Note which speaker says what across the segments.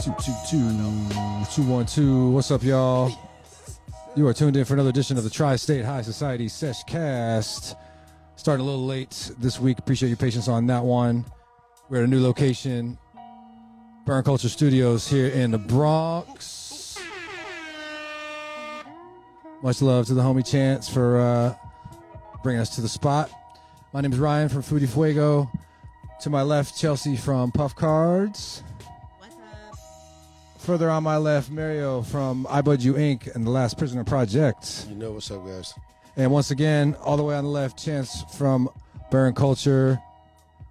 Speaker 1: Two, two, two, two, one, two. What's up, y'all? You are tuned in for another edition of the Tri State High Society Sesh Cast. Starting a little late this week. Appreciate your patience on that one. We're at a new location, Burn Culture Studios here in the Bronx. Much love to the homie Chance for uh, bringing us to the spot. My name is Ryan from Foodie Fuego. To my left, Chelsea from Puff Cards.
Speaker 2: What's up?
Speaker 1: Further on my left, Mario from I Bud You Inc. and The Last Prisoner Project.
Speaker 3: You know what's up, guys.
Speaker 1: And once again, all the way on the left, Chance from Burn Culture.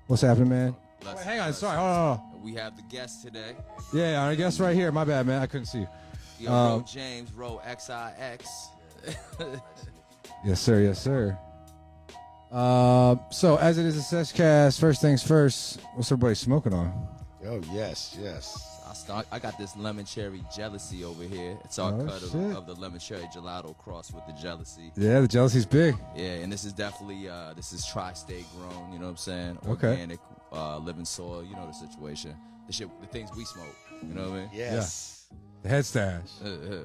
Speaker 1: What's happening, man?
Speaker 4: Bless-
Speaker 1: Wait, hang on,
Speaker 4: bless-
Speaker 1: sorry. Hold on, hold on.
Speaker 4: We have the guest today.
Speaker 1: Yeah, I guess right here. My bad, man. I couldn't see you.
Speaker 4: Yo,
Speaker 1: Um,
Speaker 4: Ro James, Ro XIX.
Speaker 1: Yes, sir. Yes, sir. Uh, so, as it is a Seshcast, first things first, what's everybody smoking on?
Speaker 3: Oh yes, yes.
Speaker 4: I start. I got this lemon cherry jealousy over here. It's our
Speaker 1: Oh,
Speaker 4: cut of,
Speaker 1: shit.
Speaker 4: of the lemon cherry gelato cross with the jealousy.
Speaker 1: Yeah, the jealousy's big.
Speaker 4: Yeah, and this is definitely uh, this is tri-state grown. You know what I'm saying?
Speaker 1: Okay.
Speaker 4: Organic, uh, living soil. You know the situation. The shit, the things we smoke. You know what I mean?
Speaker 3: Yes.
Speaker 1: The head stash.
Speaker 4: Uh, uh.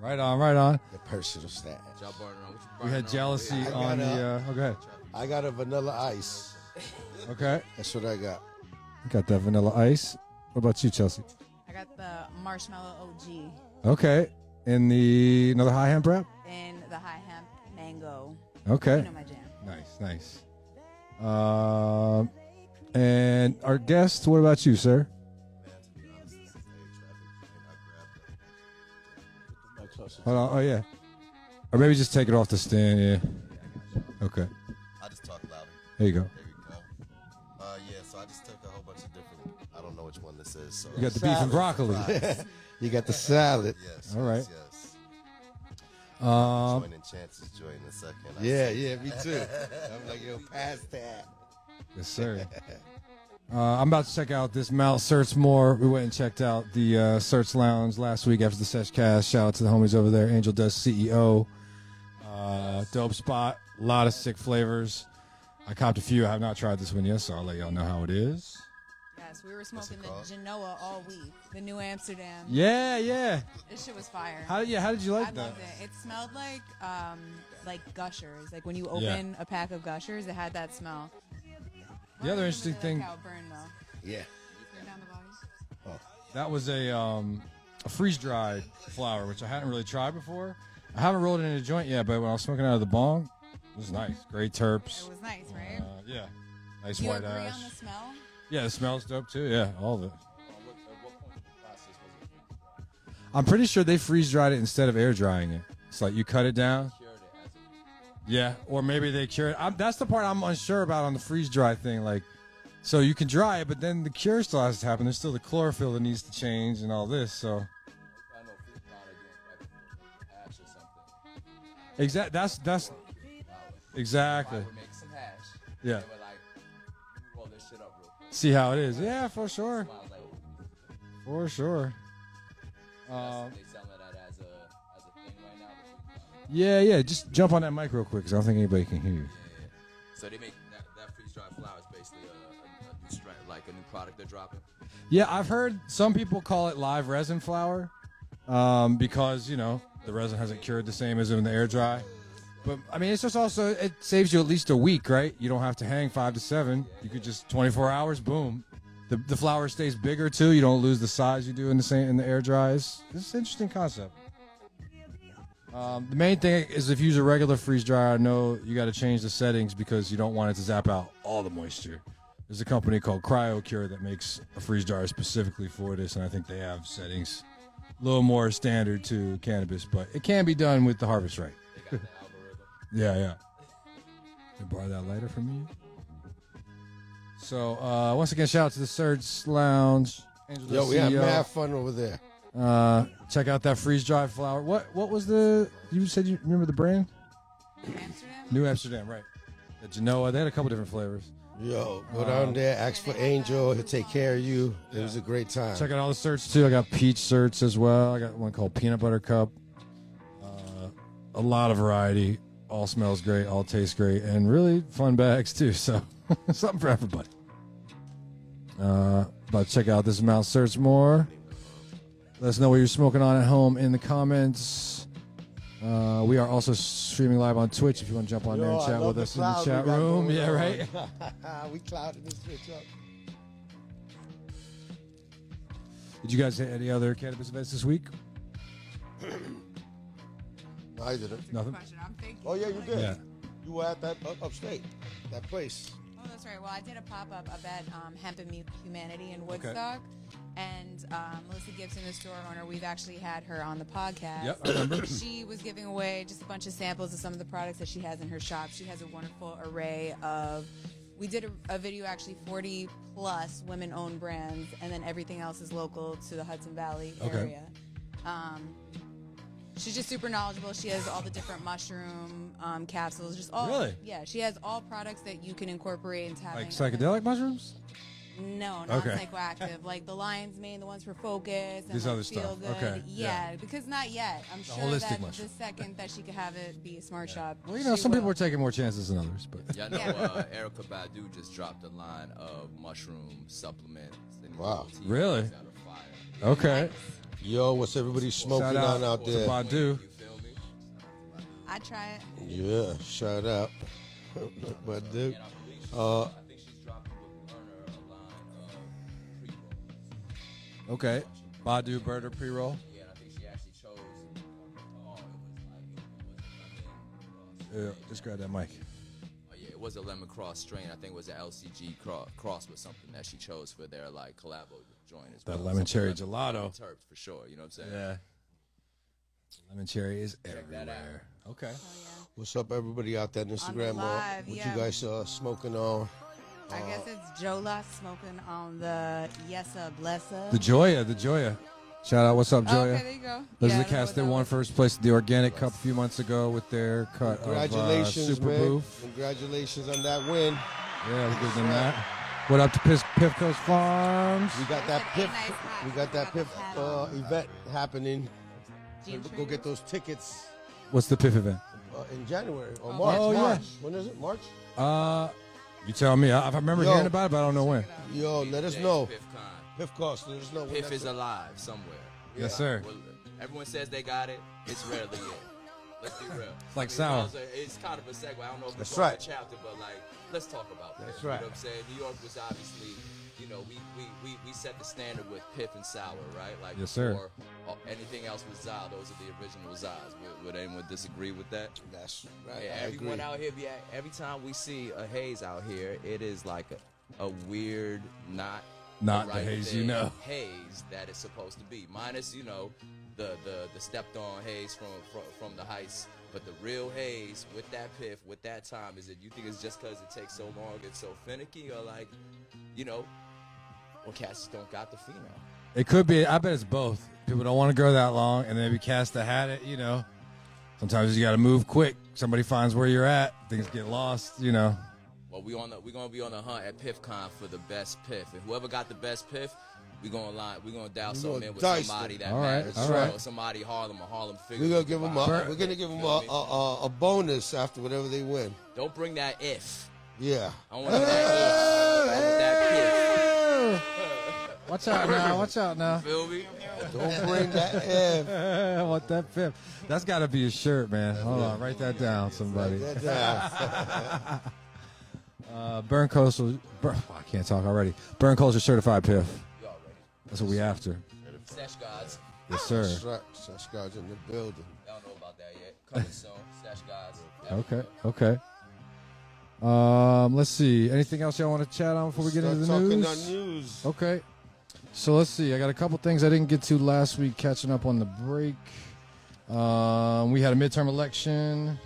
Speaker 1: Right on, right on.
Speaker 3: The personal stash.
Speaker 4: Y'all burning on- what you
Speaker 1: We
Speaker 4: burning
Speaker 1: had
Speaker 4: on?
Speaker 1: jealousy
Speaker 3: I
Speaker 1: on the.
Speaker 3: got
Speaker 1: Uh, okay,
Speaker 3: I got a vanilla ice.
Speaker 1: okay.
Speaker 3: That's what I got.
Speaker 1: Got that vanilla ice. What about you, Chelsea?
Speaker 2: I got the marshmallow OG
Speaker 1: Okay. In the another high hand prep.
Speaker 2: and the high hemp mango. You
Speaker 1: Okay.
Speaker 2: know my jam.
Speaker 1: Nice, nice. Um, and our guest. What about you, sir? Hold on. Oh yeah. Or maybe just take it off the stand. Yeah. Okay.
Speaker 5: I just talk louder.
Speaker 1: There you go.
Speaker 5: There we go. Uh, yeah, so I just took a whole bunch of different. I don't know which one this is. So
Speaker 1: You got the beef and broccoli.
Speaker 3: You got the salad.
Speaker 5: yes.
Speaker 1: All right.
Speaker 5: Yes. yes.
Speaker 1: Um,
Speaker 5: Joining chances, joining the second. I
Speaker 3: Yeah,
Speaker 5: see.
Speaker 3: yeah, me too. I'm like, yo, pass that.
Speaker 1: Yes, sir. Uh, I'm about to check out this Mount Searchmore. We went and checked out the uh, Search Lounge last week after the Sesh Cast. Shout out to the homies over there, Angel Dust CEO. Uh, dope spot, a lot of sick flavors. I copped a few. I have not tried this one yet, so I'll let y'all know how it is.
Speaker 2: Yes, we were smoking
Speaker 5: it
Speaker 2: the
Speaker 5: called?
Speaker 2: Genoa all week. The New Amsterdam.
Speaker 1: Yeah, yeah.
Speaker 2: This shit was fire.
Speaker 1: How yeah? How did you like
Speaker 2: I
Speaker 1: that?
Speaker 2: loved it. It smelled like um like gushers. Like when you
Speaker 1: Yeah.
Speaker 2: open a pack of gushers, it had that smell.
Speaker 1: The other
Speaker 2: Really
Speaker 1: interesting
Speaker 2: like
Speaker 1: thing-
Speaker 2: how it burned, though.
Speaker 3: Yeah.
Speaker 2: Turn down the volume.
Speaker 1: That was a um, a freeze dried flower, which I hadn't really tried before. I haven't rolled it in a joint yet, but when I was smoking out of the bong, it was nice. Great terps.
Speaker 2: It was nice, right?
Speaker 1: Uh, yeah. Nice
Speaker 2: Do you
Speaker 1: white
Speaker 2: agree
Speaker 1: ash.
Speaker 2: on the smell?
Speaker 1: Yeah, it smells dope too. Yeah, all of it. I'm pretty sure they freeze dried it instead of air drying it. It's like you cut it down. Yeah, or maybe they cure it. I'm, that's the part I'm unsure about on the freeze dry thing. Like, so you can dry it, but then the cure still has to happen. There's still the chlorophyll that needs to change and all this. So,
Speaker 4: I know Fifth Dollar doing like hash or something.
Speaker 1: exact. That's that's exactly.
Speaker 4: I would make some hash.
Speaker 1: Yeah.
Speaker 4: They were like, roll this shit up real quick.
Speaker 1: See how it is. Yeah, for sure.
Speaker 4: I was like,
Speaker 1: For sure.
Speaker 4: That's-
Speaker 1: Um,
Speaker 4: they selling that as a as a thing right now. the food.
Speaker 1: yeah, yeah. Just jump on that mic real quick, cause I don't think anybody can hear you.
Speaker 4: So they make that, that freeze dried flour is basically a, a, a new strat, like a new product they're dropping.
Speaker 1: Yeah, I've heard some people call it live resin flour um, because you know the resin hasn't cured the same as in the air dry. But I mean, it's just also it saves you at least a week, right? You don't have to hang five to seven. You could just 24 hours, boom. The, the flour stays bigger too. You don't lose the size you do in the same in the air dries. It's an interesting concept. Um, the main thing is if you use a regular freeze dryer, I know you got to change the settings because you don't want it to zap out all the moisture. There's a company called CryoCure that makes a freeze dryer specifically for this, and I think they have settings a little more standard to cannabis, but it can be done with the harvest right.
Speaker 4: They got the algorithm.
Speaker 1: Yeah, yeah. Can you borrow that lighter from me? So, uh, once again, shout out to the Surge Lounge. Angel E
Speaker 3: Yo, we had
Speaker 1: CEO.
Speaker 3: mad fun over there.
Speaker 1: Uh, check out that freeze dried flower. What what was the you said you remember the brand?
Speaker 2: New Amsterdam?
Speaker 1: New Amsterdam, right? The Genoa. They had a couple different flavors.
Speaker 3: Yo, go down there, ask for Angel. He'll take care of you. It was a great time.
Speaker 1: Check out all the certs too. I got peach certs as well. I got one called peanut butter cup. Uh, a lot of variety. All smells great. All tastes great, and really fun bags too. So something for everybody. Uh, but check out this Mount Search more. Let us know what you're smoking on at home in the comments. Uh, we are also streaming live on Twitch if you want to jump on there
Speaker 3: Yo,
Speaker 1: and
Speaker 3: I
Speaker 1: chat with
Speaker 3: love the
Speaker 1: us in the
Speaker 3: cloud we
Speaker 1: chat
Speaker 3: got
Speaker 1: room.
Speaker 3: going
Speaker 1: Yeah,
Speaker 3: on.
Speaker 1: right?
Speaker 3: Ah, we clouded this bitch up.
Speaker 1: Did you guys hit any other cannabis events this week?
Speaker 3: No, I didn't.
Speaker 1: Nothing?
Speaker 2: Question. I'm thinking.
Speaker 3: Oh yeah, you
Speaker 2: like-
Speaker 3: did.
Speaker 1: Yeah.
Speaker 3: You were at that up, upstate, that place.
Speaker 2: Oh, that's right. Well, I did a pop up up at um, Hemp and Mu- Humanity in
Speaker 1: Okay.
Speaker 2: Woodstock, and um, Melissa Gibson, the store owner, we've actually had her on the podcast.
Speaker 1: Yep, I remember.
Speaker 2: she was giving away just a bunch of samples of some of the products that she has in her shop. She has a wonderful array of. We did a, a video actually 40 plus women owned brands, and then everything else is local to the Hudson Valley
Speaker 1: Okay.
Speaker 2: area. Um, she's just super knowledgeable. She has all the different mushroom um, capsules, just all.
Speaker 1: Really?
Speaker 2: Yeah, she has all products that you can incorporate into having.
Speaker 1: Like psychedelic mushrooms?
Speaker 2: No, not
Speaker 1: Okay.
Speaker 2: psychoactive. like the lion's mane, the ones for focus. And
Speaker 1: These
Speaker 2: like
Speaker 1: other
Speaker 2: feel
Speaker 1: stuff.
Speaker 2: Good.
Speaker 1: Okay,
Speaker 2: Yeah,
Speaker 1: yeah.
Speaker 2: because not yet. I'm sure
Speaker 1: holistic
Speaker 2: that
Speaker 1: mushroom.
Speaker 2: the second that she could have it be a smart shop.
Speaker 1: Well, you know,
Speaker 2: she
Speaker 1: some people
Speaker 2: will.
Speaker 1: are taking more chances than others, but
Speaker 4: Yeah, I know
Speaker 2: Yeah.
Speaker 4: uh, Erica Badu just dropped a line of mushroom supplements. And
Speaker 3: Wow.
Speaker 4: tea
Speaker 1: Really?
Speaker 4: that's out of fire.
Speaker 1: okay.
Speaker 3: Yo, what's everybody
Speaker 1: out
Speaker 3: smoking on out
Speaker 1: to
Speaker 3: there?
Speaker 1: Bond- Badu.
Speaker 4: You feel me?
Speaker 2: I try it.
Speaker 3: Yeah, shout out. but dude,
Speaker 4: And I believe she's,
Speaker 3: Uh,
Speaker 4: I think she's dropping with Lerner a line of pre-roll.
Speaker 1: Okay. Badu Burger pre roll.
Speaker 4: Yeah, and I think she actually chose. Oh, it was like it was
Speaker 1: Yeah,
Speaker 4: a lemon cross.
Speaker 1: Uh, just grab that mic.
Speaker 4: Oh, yeah, it was a lemon cross strain. I think it was an LCG cross, cross with something that she chose for their like collabo joint as
Speaker 1: That
Speaker 4: well.
Speaker 1: lemon
Speaker 4: Something
Speaker 1: cherry gelato.
Speaker 4: lemon- lemon Terps for sure. You know what I'm saying?
Speaker 1: Yeah. Lemon cherry is
Speaker 4: that out.
Speaker 1: everywhere. Okay.
Speaker 2: Oh, yeah.
Speaker 3: what's up, everybody out there on Instagram? uh,
Speaker 2: live,
Speaker 3: what
Speaker 2: yeah.
Speaker 3: you guys uh, smoking on?
Speaker 1: uh,
Speaker 2: I guess it's Jola smoking on the Yesa Blessa.
Speaker 1: The Joya, the Joya. Shout out, what's up,
Speaker 2: Oh,
Speaker 1: Joya?
Speaker 2: okay, there you go.
Speaker 1: Those
Speaker 2: Yeah, I
Speaker 1: are the
Speaker 2: don't know
Speaker 1: cast
Speaker 2: what
Speaker 1: that
Speaker 2: that
Speaker 1: won
Speaker 2: was.
Speaker 1: first place at the Organic Cup a few months ago with their cut
Speaker 3: Congratulations,
Speaker 1: of uh, Super
Speaker 3: man!
Speaker 1: Boo.
Speaker 3: Congratulations on that win.
Speaker 1: Yeah, we'll give them that. What up to Pif- Pifco's Farms?
Speaker 3: We got
Speaker 2: We
Speaker 3: that
Speaker 2: got the
Speaker 3: piff.
Speaker 2: nice hat.
Speaker 3: We got that
Speaker 2: We
Speaker 3: piff
Speaker 2: got the hat
Speaker 3: uh, event happening.
Speaker 2: Gene
Speaker 3: Go
Speaker 2: Trigger.
Speaker 3: get those tickets
Speaker 1: What's the Piff event?
Speaker 3: uh, in January or March.
Speaker 1: Oh, yeah.
Speaker 3: March. When is it? March.
Speaker 1: Uh, you tell me. I, I remember
Speaker 3: Yo.
Speaker 1: hearing about it, but I don't know when.
Speaker 3: Yo, Oh, let us
Speaker 4: Today's
Speaker 3: know.
Speaker 4: PiffCon.
Speaker 3: Piff cost. Let us know. when
Speaker 4: Piff
Speaker 3: that's
Speaker 4: is alive somewhere.
Speaker 1: Yes, sir.
Speaker 4: Well, everyone says they got it. It's rarely it. Let's be real.
Speaker 1: like
Speaker 4: I
Speaker 1: sour.
Speaker 4: was like, It's kind of a segue. I don't know if
Speaker 3: That's
Speaker 4: it's on
Speaker 3: right.
Speaker 4: the chapter, but like, let's talk about
Speaker 3: That's
Speaker 4: Piff.
Speaker 3: right.
Speaker 4: You know what I'm saying? New York was obviously, you know, we we, we, we set the standard with Piff and Sour, right? Like,
Speaker 1: Yes, sir.
Speaker 4: before, uh, anything else was Zah. Those are the original Zahs. Would, would anyone disagree with that?
Speaker 3: That's right.
Speaker 4: Yeah,
Speaker 3: I
Speaker 4: everyone
Speaker 3: agree.
Speaker 4: out here. Yeah, every time we see a haze out here, it is like a, a weird, not
Speaker 1: Not the
Speaker 4: right
Speaker 1: haze you
Speaker 4: thing
Speaker 1: know.
Speaker 4: haze that it's supposed to be. Minus you know the the the stepped on haze from from, from the heights. But the real haze with that piff, with that time, is it you think it's just because it takes so long, it's so finicky, or like, you know, or cats just don't got the phenol.
Speaker 1: It could be. I bet it's both. People don't want to grow that long, and maybe cast the hat. It, you know. Sometimes you got to move quick. Somebody finds where you're at. Things get lost. You know.
Speaker 4: Well, we on the, we gonna be on the hunt at PiffCon for the best piff, and whoever got the best piff, we gonna line, we gonna dial
Speaker 3: We
Speaker 4: something
Speaker 3: gonna
Speaker 4: in with
Speaker 3: dice
Speaker 4: somebody
Speaker 3: them.
Speaker 4: that
Speaker 1: All right,
Speaker 4: matters.
Speaker 1: all
Speaker 4: you
Speaker 1: right.
Speaker 4: know, somebody Harlem or Harlem figure.
Speaker 3: We're gonna give them a.
Speaker 1: Burn.
Speaker 3: We're gonna give them a,
Speaker 4: Feel me?
Speaker 3: a, a, a bonus after whatever they win.
Speaker 4: Don't bring that if.
Speaker 3: Yeah.
Speaker 4: I want that. if. I want that
Speaker 1: Watch out now. Watch out now.
Speaker 4: piff. Feel me?
Speaker 3: Don't bring that F.
Speaker 1: I want that fifth. That's got to be a shirt, man. Hold on, write that down, somebody.
Speaker 3: That down.
Speaker 1: Uh, Burn Coastal. Burn, oh, I can't talk already. Burn Coastal certified piff.
Speaker 4: You all ready?
Speaker 1: That's what we after.
Speaker 4: Sesh gods.
Speaker 1: Yes, sir.
Speaker 3: That's right. Sex guys in the building.
Speaker 4: Y'all know about that yet? Coming soon. Sesh gods.
Speaker 1: Okay. Okay. Um, let's see. Anything else y'all want to chat on before we get
Speaker 3: Start
Speaker 1: into the
Speaker 3: talking
Speaker 1: news?
Speaker 3: our news.
Speaker 1: Okay. So let's see. I got a couple things I didn't get to last week catching up on the break. Um, we had a midterm election.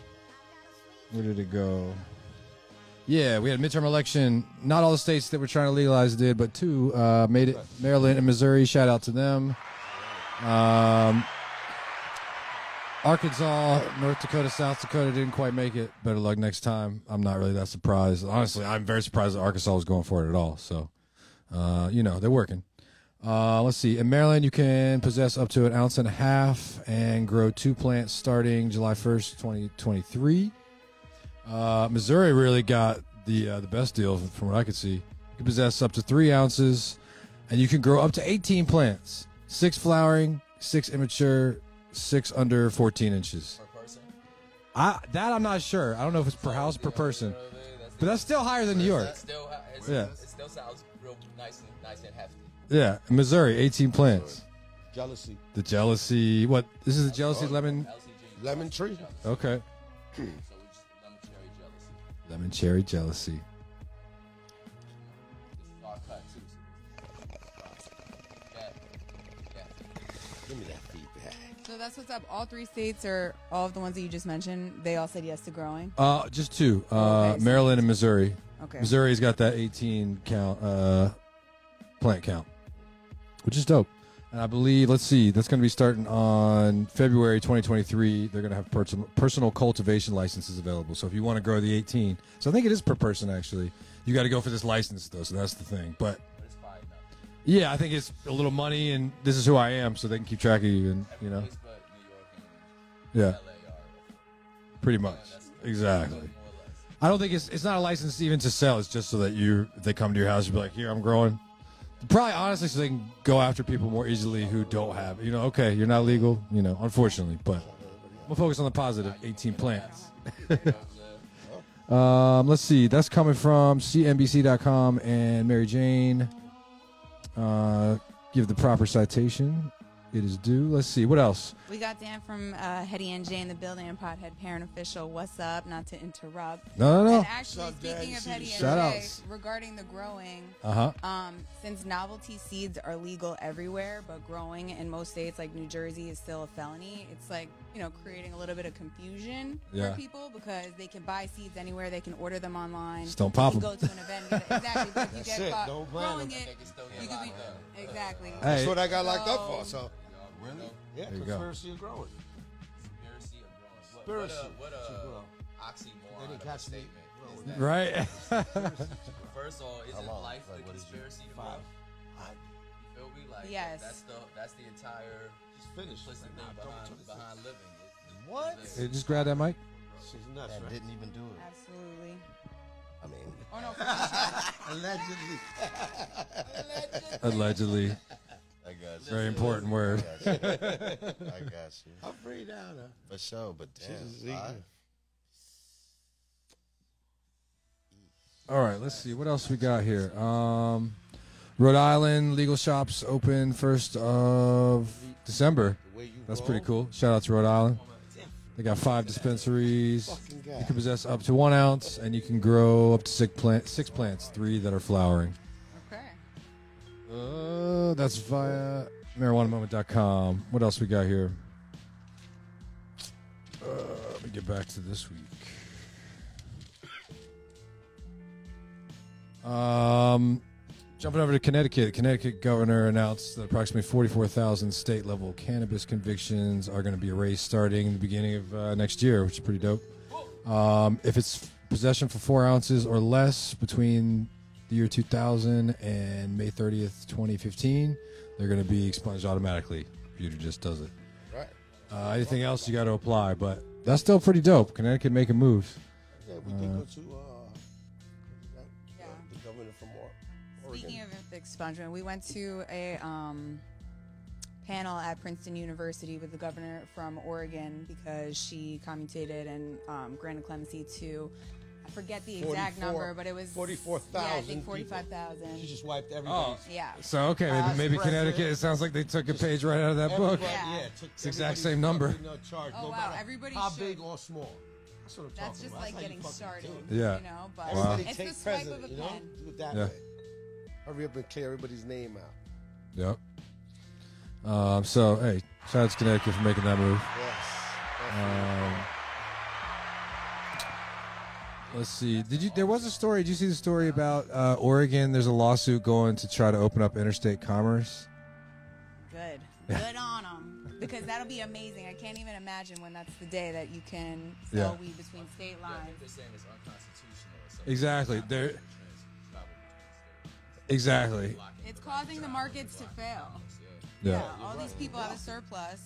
Speaker 1: Where did it go? Yeah, we had a midterm election. Not all the states that were trying to legalize did, but two uh, made it. Maryland and Missouri. Shout out to them. Um, Arkansas, North Dakota, South Dakota didn't quite make it. Better luck next time. I'm not really that surprised. Honestly, I'm very surprised that Arkansas was going for it at all. So, uh, you know, they're working. Uh, let's see. In Maryland, you can possess up to an ounce and a half and grow two plants starting July 1st, 2023. Uh, Missouri really got the uh, the best deal from what I could see. You can possess up to three ounces, and you can grow up to 18 plants six flowering, six immature, six under 14 inches.
Speaker 5: Per person?
Speaker 1: I, that I'm not sure. I don't know if it's per house per person, but that's still higher than New York.
Speaker 4: still, it's,
Speaker 1: Yeah.
Speaker 4: it still sounds real nice and nice and hefty.
Speaker 1: Yeah, Missouri, 18 plants.
Speaker 3: Jealousy.
Speaker 1: The jealousy. What? This is the jealousy lemon.
Speaker 4: LCG.
Speaker 3: Lemon tree?
Speaker 1: Okay.
Speaker 4: So we just lemon cherry jealousy.
Speaker 1: Lemon cherry jealousy.
Speaker 4: This is our Oh, cut too. So. Yeah. Yeah.
Speaker 3: Give me that feedback.
Speaker 2: So that's what's up. All three states or all of the ones that you just mentioned, they all said yes to growing.
Speaker 1: Uh, just two. Uh,
Speaker 2: Oh, Okay, so-
Speaker 1: Maryland and Missouri.
Speaker 2: Okay.
Speaker 1: Missouri's got that 18 count uh, plant count, which is dope. And I believe, let's see, that's going to be starting on February 2023. They're going to have pers- personal cultivation licenses available. So if you want to grow the 18, so I think it is per person actually. You got to go for this license though, so that's the thing. But
Speaker 4: But it's fine enough.
Speaker 1: yeah, I think it's a little money, and this is who I am, so they can keep track of you, and you know,
Speaker 4: Place but New York and
Speaker 1: yeah,
Speaker 4: LA are
Speaker 1: pretty much, exactly.
Speaker 4: more or less.
Speaker 1: I don't think it's it's not a license even to sell. It's just so that you if they come to your house, you'd be like, here I'm growing. Probably honestly, so they can go after people more easily who don't have. You know, okay, you're not legal. You know, unfortunately, but we'll focus on the positive. 18 plants. um, let's see. That's coming from CNBC.com and Mary Jane. Uh, give the proper citation. It is due. Let's see what else.
Speaker 2: We got Dan from uh, Hetty and Jay in the building and Pothead Parent Official. What's up? Not to interrupt.
Speaker 1: No, no, no.
Speaker 2: And actually,
Speaker 3: Shout
Speaker 2: speaking
Speaker 3: Daddy
Speaker 2: of
Speaker 3: C's.
Speaker 2: Hetty
Speaker 1: Oh. Shout
Speaker 2: and Jay,
Speaker 1: outs.
Speaker 2: regarding the growing,
Speaker 1: Uh huh.
Speaker 2: um, since novelty seeds are legal everywhere, but growing in most states like New Jersey is still a felony, it's like, you know, creating a little bit of confusion
Speaker 1: Yeah.
Speaker 2: for people because they can buy seeds anywhere, they can order them online.
Speaker 1: Just don't pop
Speaker 2: You
Speaker 1: 'em.
Speaker 2: go to an event, and get it. exactly. But if you
Speaker 3: That's
Speaker 2: get
Speaker 3: it.
Speaker 2: caught
Speaker 3: Don't plant
Speaker 2: growing
Speaker 3: 'em.
Speaker 2: it,
Speaker 4: It's still
Speaker 2: you
Speaker 4: getting
Speaker 2: could
Speaker 4: locked
Speaker 2: be
Speaker 4: up.
Speaker 2: exactly.
Speaker 3: That's
Speaker 1: Hey.
Speaker 3: what I got locked up for. So,
Speaker 5: Really?
Speaker 3: yeah,
Speaker 1: There you go.
Speaker 3: conspiracy of growing.
Speaker 4: Conspiracy of growing.
Speaker 3: Conspiracy
Speaker 4: What, what
Speaker 3: to
Speaker 4: a,
Speaker 3: grow.
Speaker 4: what a
Speaker 3: They
Speaker 4: oxymoron
Speaker 3: didn't
Speaker 4: of a
Speaker 3: catch me.
Speaker 4: statement. is that?
Speaker 1: Right.
Speaker 4: First of all, isn't
Speaker 5: long?
Speaker 4: life the
Speaker 5: Like, what did you-
Speaker 4: conspiracy to grow?
Speaker 3: Five. I
Speaker 4: You feel me? Like
Speaker 2: Yes.
Speaker 4: that's the that's the entire
Speaker 3: just finished.
Speaker 4: implicit
Speaker 3: Like,
Speaker 4: thing
Speaker 3: nah, don't touch this.
Speaker 4: behind, behind living. It's- it's
Speaker 3: What?
Speaker 1: Hey,
Speaker 4: living.
Speaker 1: just grab that mic.
Speaker 3: She's nuts,
Speaker 5: And
Speaker 3: right?
Speaker 5: didn't even do it.
Speaker 2: Absolutely.
Speaker 5: I mean,
Speaker 2: Oh no, for sure.
Speaker 3: Allegedly.
Speaker 1: Allegedly,
Speaker 5: I got you.
Speaker 1: very important word.
Speaker 5: I got you.
Speaker 3: I'm free now. though.
Speaker 5: For sure, but damn.
Speaker 3: Jesus,
Speaker 5: I,
Speaker 3: Zeke.
Speaker 1: All right, let's see what else we got here. Um, Rhode Island legal shops open first of December.
Speaker 3: The way you
Speaker 1: That's
Speaker 3: roll,
Speaker 1: pretty cool. Shout out to Rhode Island. They got five dispensaries.
Speaker 3: Fucking
Speaker 1: You can
Speaker 3: guy.
Speaker 1: possess up to one ounce, and you can grow up to six plants. Six plants, three that are flowering.
Speaker 2: Okay.
Speaker 1: Uh, that's via marijuanamoment.com. What else we got here? Uh, let me get back to this week. Um, jumping over to Connecticut. The Connecticut governor announced that approximately 44,000 state level cannabis convictions are going to be erased starting the beginning of uh, next year, which is pretty dope. Um, if it's possession for four ounces or less between the year 2000 and May 30th, 2015, they're going to be expunged automatically. Computer just does it.
Speaker 3: Right.
Speaker 1: Uh, anything else you got to apply, but that's still pretty dope. Connecticut making moves.
Speaker 3: Yeah, we did go to uh, that-
Speaker 2: Yeah.
Speaker 3: the governor from Or- Oregon.
Speaker 2: Speaking of expungement, we went to a um, panel at Princeton University with the governor from Oregon because she commutated and um, granted clemency to, I forget the exact
Speaker 3: 44
Speaker 2: number, but it was
Speaker 3: 44,000
Speaker 2: Yeah, I think
Speaker 3: people.
Speaker 2: forty-five
Speaker 3: she
Speaker 2: thousand. Oh.
Speaker 3: just wiped everybody's.
Speaker 2: Yeah.
Speaker 1: So, okay,
Speaker 3: Uh,
Speaker 1: maybe, maybe
Speaker 3: impressive.
Speaker 1: Connecticut, it sounds like they took a page right out of that book.
Speaker 3: Everybody-
Speaker 2: Yeah.
Speaker 3: yeah, took
Speaker 1: It's the exact
Speaker 3: everybody's
Speaker 1: same number.
Speaker 3: fucking, uh, charge,
Speaker 2: Oh,
Speaker 3: no
Speaker 2: wow,
Speaker 3: matter
Speaker 2: everybody
Speaker 3: How
Speaker 2: should-
Speaker 3: big or small? That's what I'm
Speaker 2: That's
Speaker 3: talking
Speaker 2: just
Speaker 3: about.
Speaker 2: like
Speaker 3: how you
Speaker 2: getting
Speaker 3: fucking
Speaker 2: started.
Speaker 3: do it.
Speaker 1: Yeah.
Speaker 2: You know, but
Speaker 3: Everybody
Speaker 2: it's
Speaker 3: take
Speaker 2: the swipe of a
Speaker 3: president,
Speaker 2: pen.
Speaker 3: you know? Do it that
Speaker 1: Yeah.
Speaker 3: way. Hurry up and clear everybody's name out.
Speaker 1: Yep. Um, so, hey, shout out to Connecticut for making that move.
Speaker 3: Yes.
Speaker 1: Um, let's see. Did you? There was a story. Did you see the story about uh, Oregon? There's a lawsuit going to try to open up interstate commerce.
Speaker 2: Good. Good on them. Because that'll be amazing. I can't even imagine when that's the day that you can sell
Speaker 1: Yeah.
Speaker 2: weed between state
Speaker 4: Yeah, I
Speaker 2: lines.
Speaker 4: think they're saying it's unconstitutional or something.
Speaker 1: Exactly.
Speaker 4: It's not
Speaker 1: They're-
Speaker 4: trans- it's not what
Speaker 1: Exactly.
Speaker 4: it is.
Speaker 2: It's causing the markets to fail.
Speaker 1: Yeah.
Speaker 2: Yeah, all these people have a surplus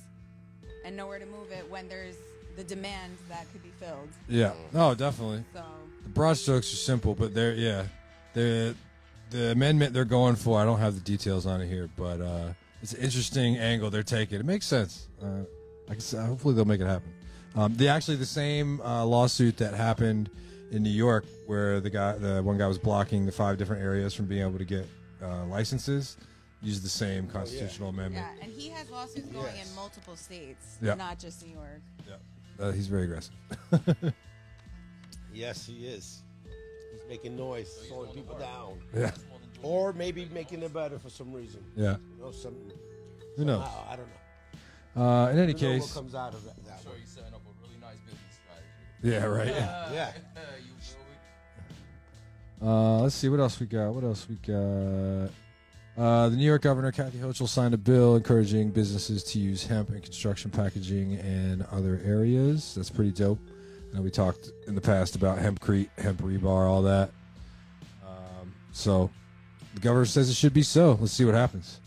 Speaker 2: and nowhere to move it when there's the demand that could be filled.
Speaker 1: Yeah. No, definitely.
Speaker 2: So,
Speaker 1: The broad strokes are simple, but they're yeah, the the amendment they're going for. I don't have the details on it here, but uh, it's an interesting angle they're taking. It makes sense. Uh, I guess, uh, hopefully they'll make it happen. Um, they actually the same uh, lawsuit that happened in New York, where the guy, the one guy was blocking the five different areas from being able to get uh, licenses, used the same constitutional amendment.
Speaker 2: Yeah, and he has lawsuits going
Speaker 3: Yes.
Speaker 2: in multiple states,
Speaker 1: Yeah.
Speaker 2: not just New York.
Speaker 1: Uh, he's very aggressive.
Speaker 3: Yes, he is. He's making noise, slowing people down,
Speaker 1: Yeah,
Speaker 3: or maybe making it better for some reason.
Speaker 1: yeah.
Speaker 3: You know, something.
Speaker 1: Who knows?
Speaker 3: I, I don't know.
Speaker 1: Uh, in any
Speaker 3: Who knows what
Speaker 1: case,
Speaker 3: comes out of that, that
Speaker 4: Sure,
Speaker 3: one.
Speaker 4: you're setting up a really nice business strategy.
Speaker 1: yeah, right.
Speaker 3: Yeah.
Speaker 4: you feel me?
Speaker 1: Uh, let's see what else we got. What else we got? Uh, the New York Governor Kathy Hochul signed a bill encouraging businesses to use hemp in construction packaging and other areas. That's pretty dope. I know we talked in the past about hempcrete, hemp rebar, all that. Um, so the governor says it should be so. Let's see what happens.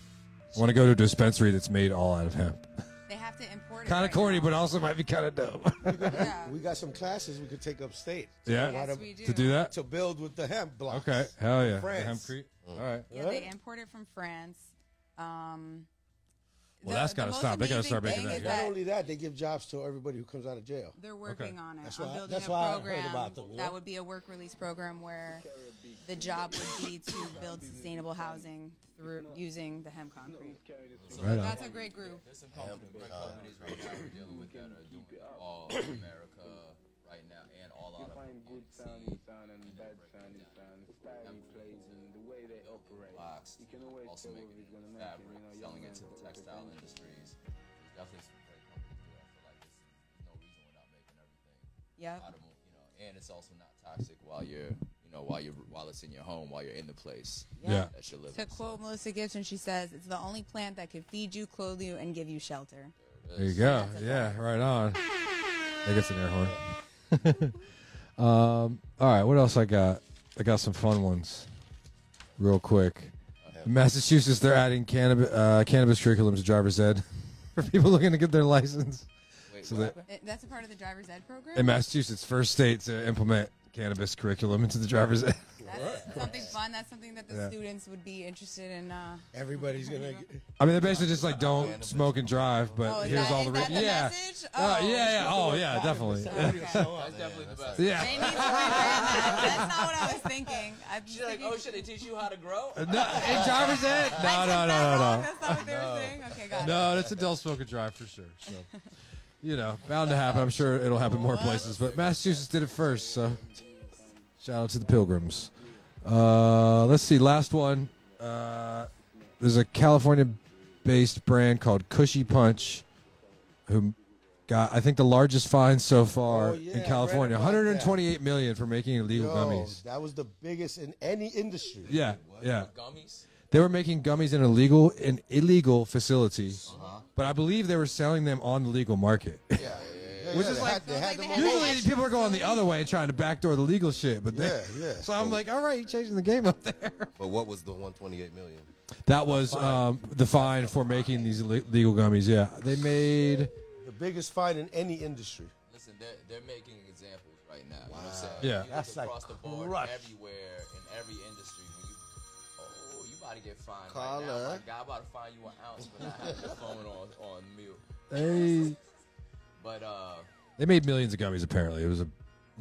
Speaker 1: I want to go to a dispensary that's made all out of hemp.
Speaker 2: They have to import it.
Speaker 1: Kind of
Speaker 2: right
Speaker 1: corny,
Speaker 2: now.
Speaker 1: but also might be kind of dope.
Speaker 2: yeah.
Speaker 3: We got some classes we could take upstate.
Speaker 1: yeah,
Speaker 3: Yes,
Speaker 2: we do.
Speaker 1: to do that.
Speaker 3: To build with the hemp blocks.
Speaker 1: Okay, hell yeah, The
Speaker 3: France.
Speaker 1: hempcrete. All right.
Speaker 2: Yeah,
Speaker 3: Huh?
Speaker 2: they import it from France. Um,
Speaker 1: Well,
Speaker 2: the-
Speaker 1: that's
Speaker 2: the
Speaker 1: gotta
Speaker 2: most
Speaker 1: stop. They gotta
Speaker 2: amazing
Speaker 1: start making
Speaker 2: thing
Speaker 1: that
Speaker 2: is
Speaker 1: good.
Speaker 3: Not only that, they give jobs to everybody who comes out of jail.
Speaker 2: They're working on it.
Speaker 3: That's
Speaker 2: on
Speaker 3: why-
Speaker 2: building
Speaker 3: that's
Speaker 2: a
Speaker 3: why I heard
Speaker 2: program
Speaker 3: about them, yeah.
Speaker 2: that would be a work release program where the job would be to build sustainable housing through using the hemp concrete.
Speaker 1: Right on.
Speaker 2: That's a great group.
Speaker 4: There's some companies, big
Speaker 1: Uh,
Speaker 4: companies right now we're dealing with that are doing it all of America right now and all out of
Speaker 6: find good sound in sound and bad sound in sound, style he plays and the way they operate.
Speaker 4: blocks,
Speaker 6: You can always
Speaker 4: also
Speaker 6: tell
Speaker 4: making
Speaker 6: if
Speaker 4: it
Speaker 6: it's gonna make
Speaker 4: into
Speaker 6: him,
Speaker 4: fabric,
Speaker 6: you know, young
Speaker 4: selling
Speaker 6: man
Speaker 4: it to the
Speaker 6: with
Speaker 4: textile
Speaker 6: potential.
Speaker 4: industries. There's definitely some great companies that I feel like there's no reason we're not making everything
Speaker 2: Yep.
Speaker 4: out of mo- you know, and it's also not toxic while you're you know while you're while it's in your home while you're in the place
Speaker 1: Yeah.
Speaker 4: that you're
Speaker 2: To
Speaker 4: living.
Speaker 2: quote Melissa Gibson, she says, "It's the only plant that can feed you, clothe you, and give you shelter."
Speaker 1: There you go. Yeah, right on. I guess an air horn. um, all right, what else I got? I got some fun ones, real quick. In Massachusetts, they're adding cannabis uh, cannabis curriculums to driver's ed for people looking to get their license.
Speaker 4: Wait,
Speaker 1: So
Speaker 4: what
Speaker 1: that
Speaker 4: happened?
Speaker 2: Th- Eh, That's a part of the driver's ed program.
Speaker 1: in Massachusetts, first state to implement cannabis curriculum into the driver's ed.
Speaker 2: that's something fun. That's something that the
Speaker 1: Yeah.
Speaker 2: students would be interested in. Uh,
Speaker 3: Everybody's gonna. get-
Speaker 1: I mean, they're basically just like don't smoke and drive,
Speaker 2: Oh,
Speaker 1: but
Speaker 2: is
Speaker 1: here's
Speaker 2: that-
Speaker 1: all
Speaker 2: is
Speaker 1: the
Speaker 2: that
Speaker 1: re-
Speaker 2: the
Speaker 1: yeah.
Speaker 2: message?
Speaker 1: Uh,
Speaker 2: Oh.
Speaker 1: yeah, yeah, oh yeah, definitely.
Speaker 3: Somebody will show up.
Speaker 4: That's definitely the best.
Speaker 1: Yeah.
Speaker 2: They need to rebrand that. That's not what I was thinking. I'm
Speaker 4: She's like, oh shit, they teach you how to grow.
Speaker 1: No, in driver's ed? No, no, no, no, no.
Speaker 2: That's not what they were saying. Okay, got it.
Speaker 1: No, that's adult smoke and drive for sure. So, you know, bound to happen. I'm sure it'll happen more places, but Massachusetts did it first. So, shout out to the Pilgrims. Uh, let's see, last one. Uh, there's a California-based brand called Cushy Punch, who got I think the largest fine so far
Speaker 3: Oh, yeah, I
Speaker 1: in
Speaker 3: read
Speaker 1: California,
Speaker 3: about that.
Speaker 1: 128 million for making illegal
Speaker 3: Yo,
Speaker 1: gummies.
Speaker 3: that was the biggest in any industry.
Speaker 1: Yeah, yeah.
Speaker 4: Gummies.
Speaker 1: They were making gummies in a legal an illegal facility, but I believe they were selling them on the legal market.
Speaker 3: Yeah,
Speaker 1: Which
Speaker 3: yeah,
Speaker 1: is
Speaker 3: they
Speaker 1: like-
Speaker 3: had- they had
Speaker 2: Sounds like
Speaker 3: the
Speaker 2: they had-
Speaker 3: whole-
Speaker 1: Usually people are going the other way and trying to backdoor the legal shit, but they,
Speaker 3: Yeah, yeah.
Speaker 1: So I'm like, all right, you're changing the game up there.
Speaker 5: But what was the 128 million?
Speaker 1: That was um, the fine for making these le- legal gummies. Yeah, they made.
Speaker 3: the biggest fight in any industry.
Speaker 4: Listen, they're, they're making examples right now. You know what I'm saying?
Speaker 1: Yeah.
Speaker 4: You look
Speaker 3: That's like
Speaker 4: across the board,
Speaker 3: crushed.
Speaker 4: everywhere, in every industry. When you, oh, you about to get fined right
Speaker 5: Carla.
Speaker 4: now. My God, I'm about to find you an ounce for not having your phone on on mute.
Speaker 1: They
Speaker 4: But uh,
Speaker 1: they made millions of gummies. Apparently, it was a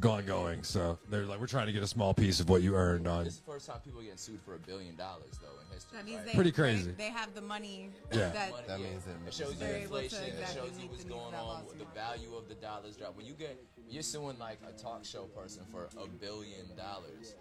Speaker 1: gone going. So they're like, we're trying to get a small piece of what you earned on.
Speaker 4: this is the first time people are getting sued for a billion dollars though in history.
Speaker 2: That means
Speaker 4: right?
Speaker 2: they,
Speaker 1: Pretty crazy.
Speaker 2: They, they have the money.
Speaker 1: Yeah.
Speaker 2: That,
Speaker 4: Money,
Speaker 5: That
Speaker 4: yeah.
Speaker 5: means that
Speaker 4: it shows you
Speaker 2: they're able to
Speaker 4: inflation. It
Speaker 2: exactly
Speaker 4: shows you
Speaker 2: meet
Speaker 4: what's
Speaker 2: the needs
Speaker 4: going
Speaker 2: of that
Speaker 4: on.
Speaker 2: lawsuit
Speaker 4: The
Speaker 2: market.
Speaker 4: value of the dollars drop. When you get, you're suing like a talk show person for a billion dollars.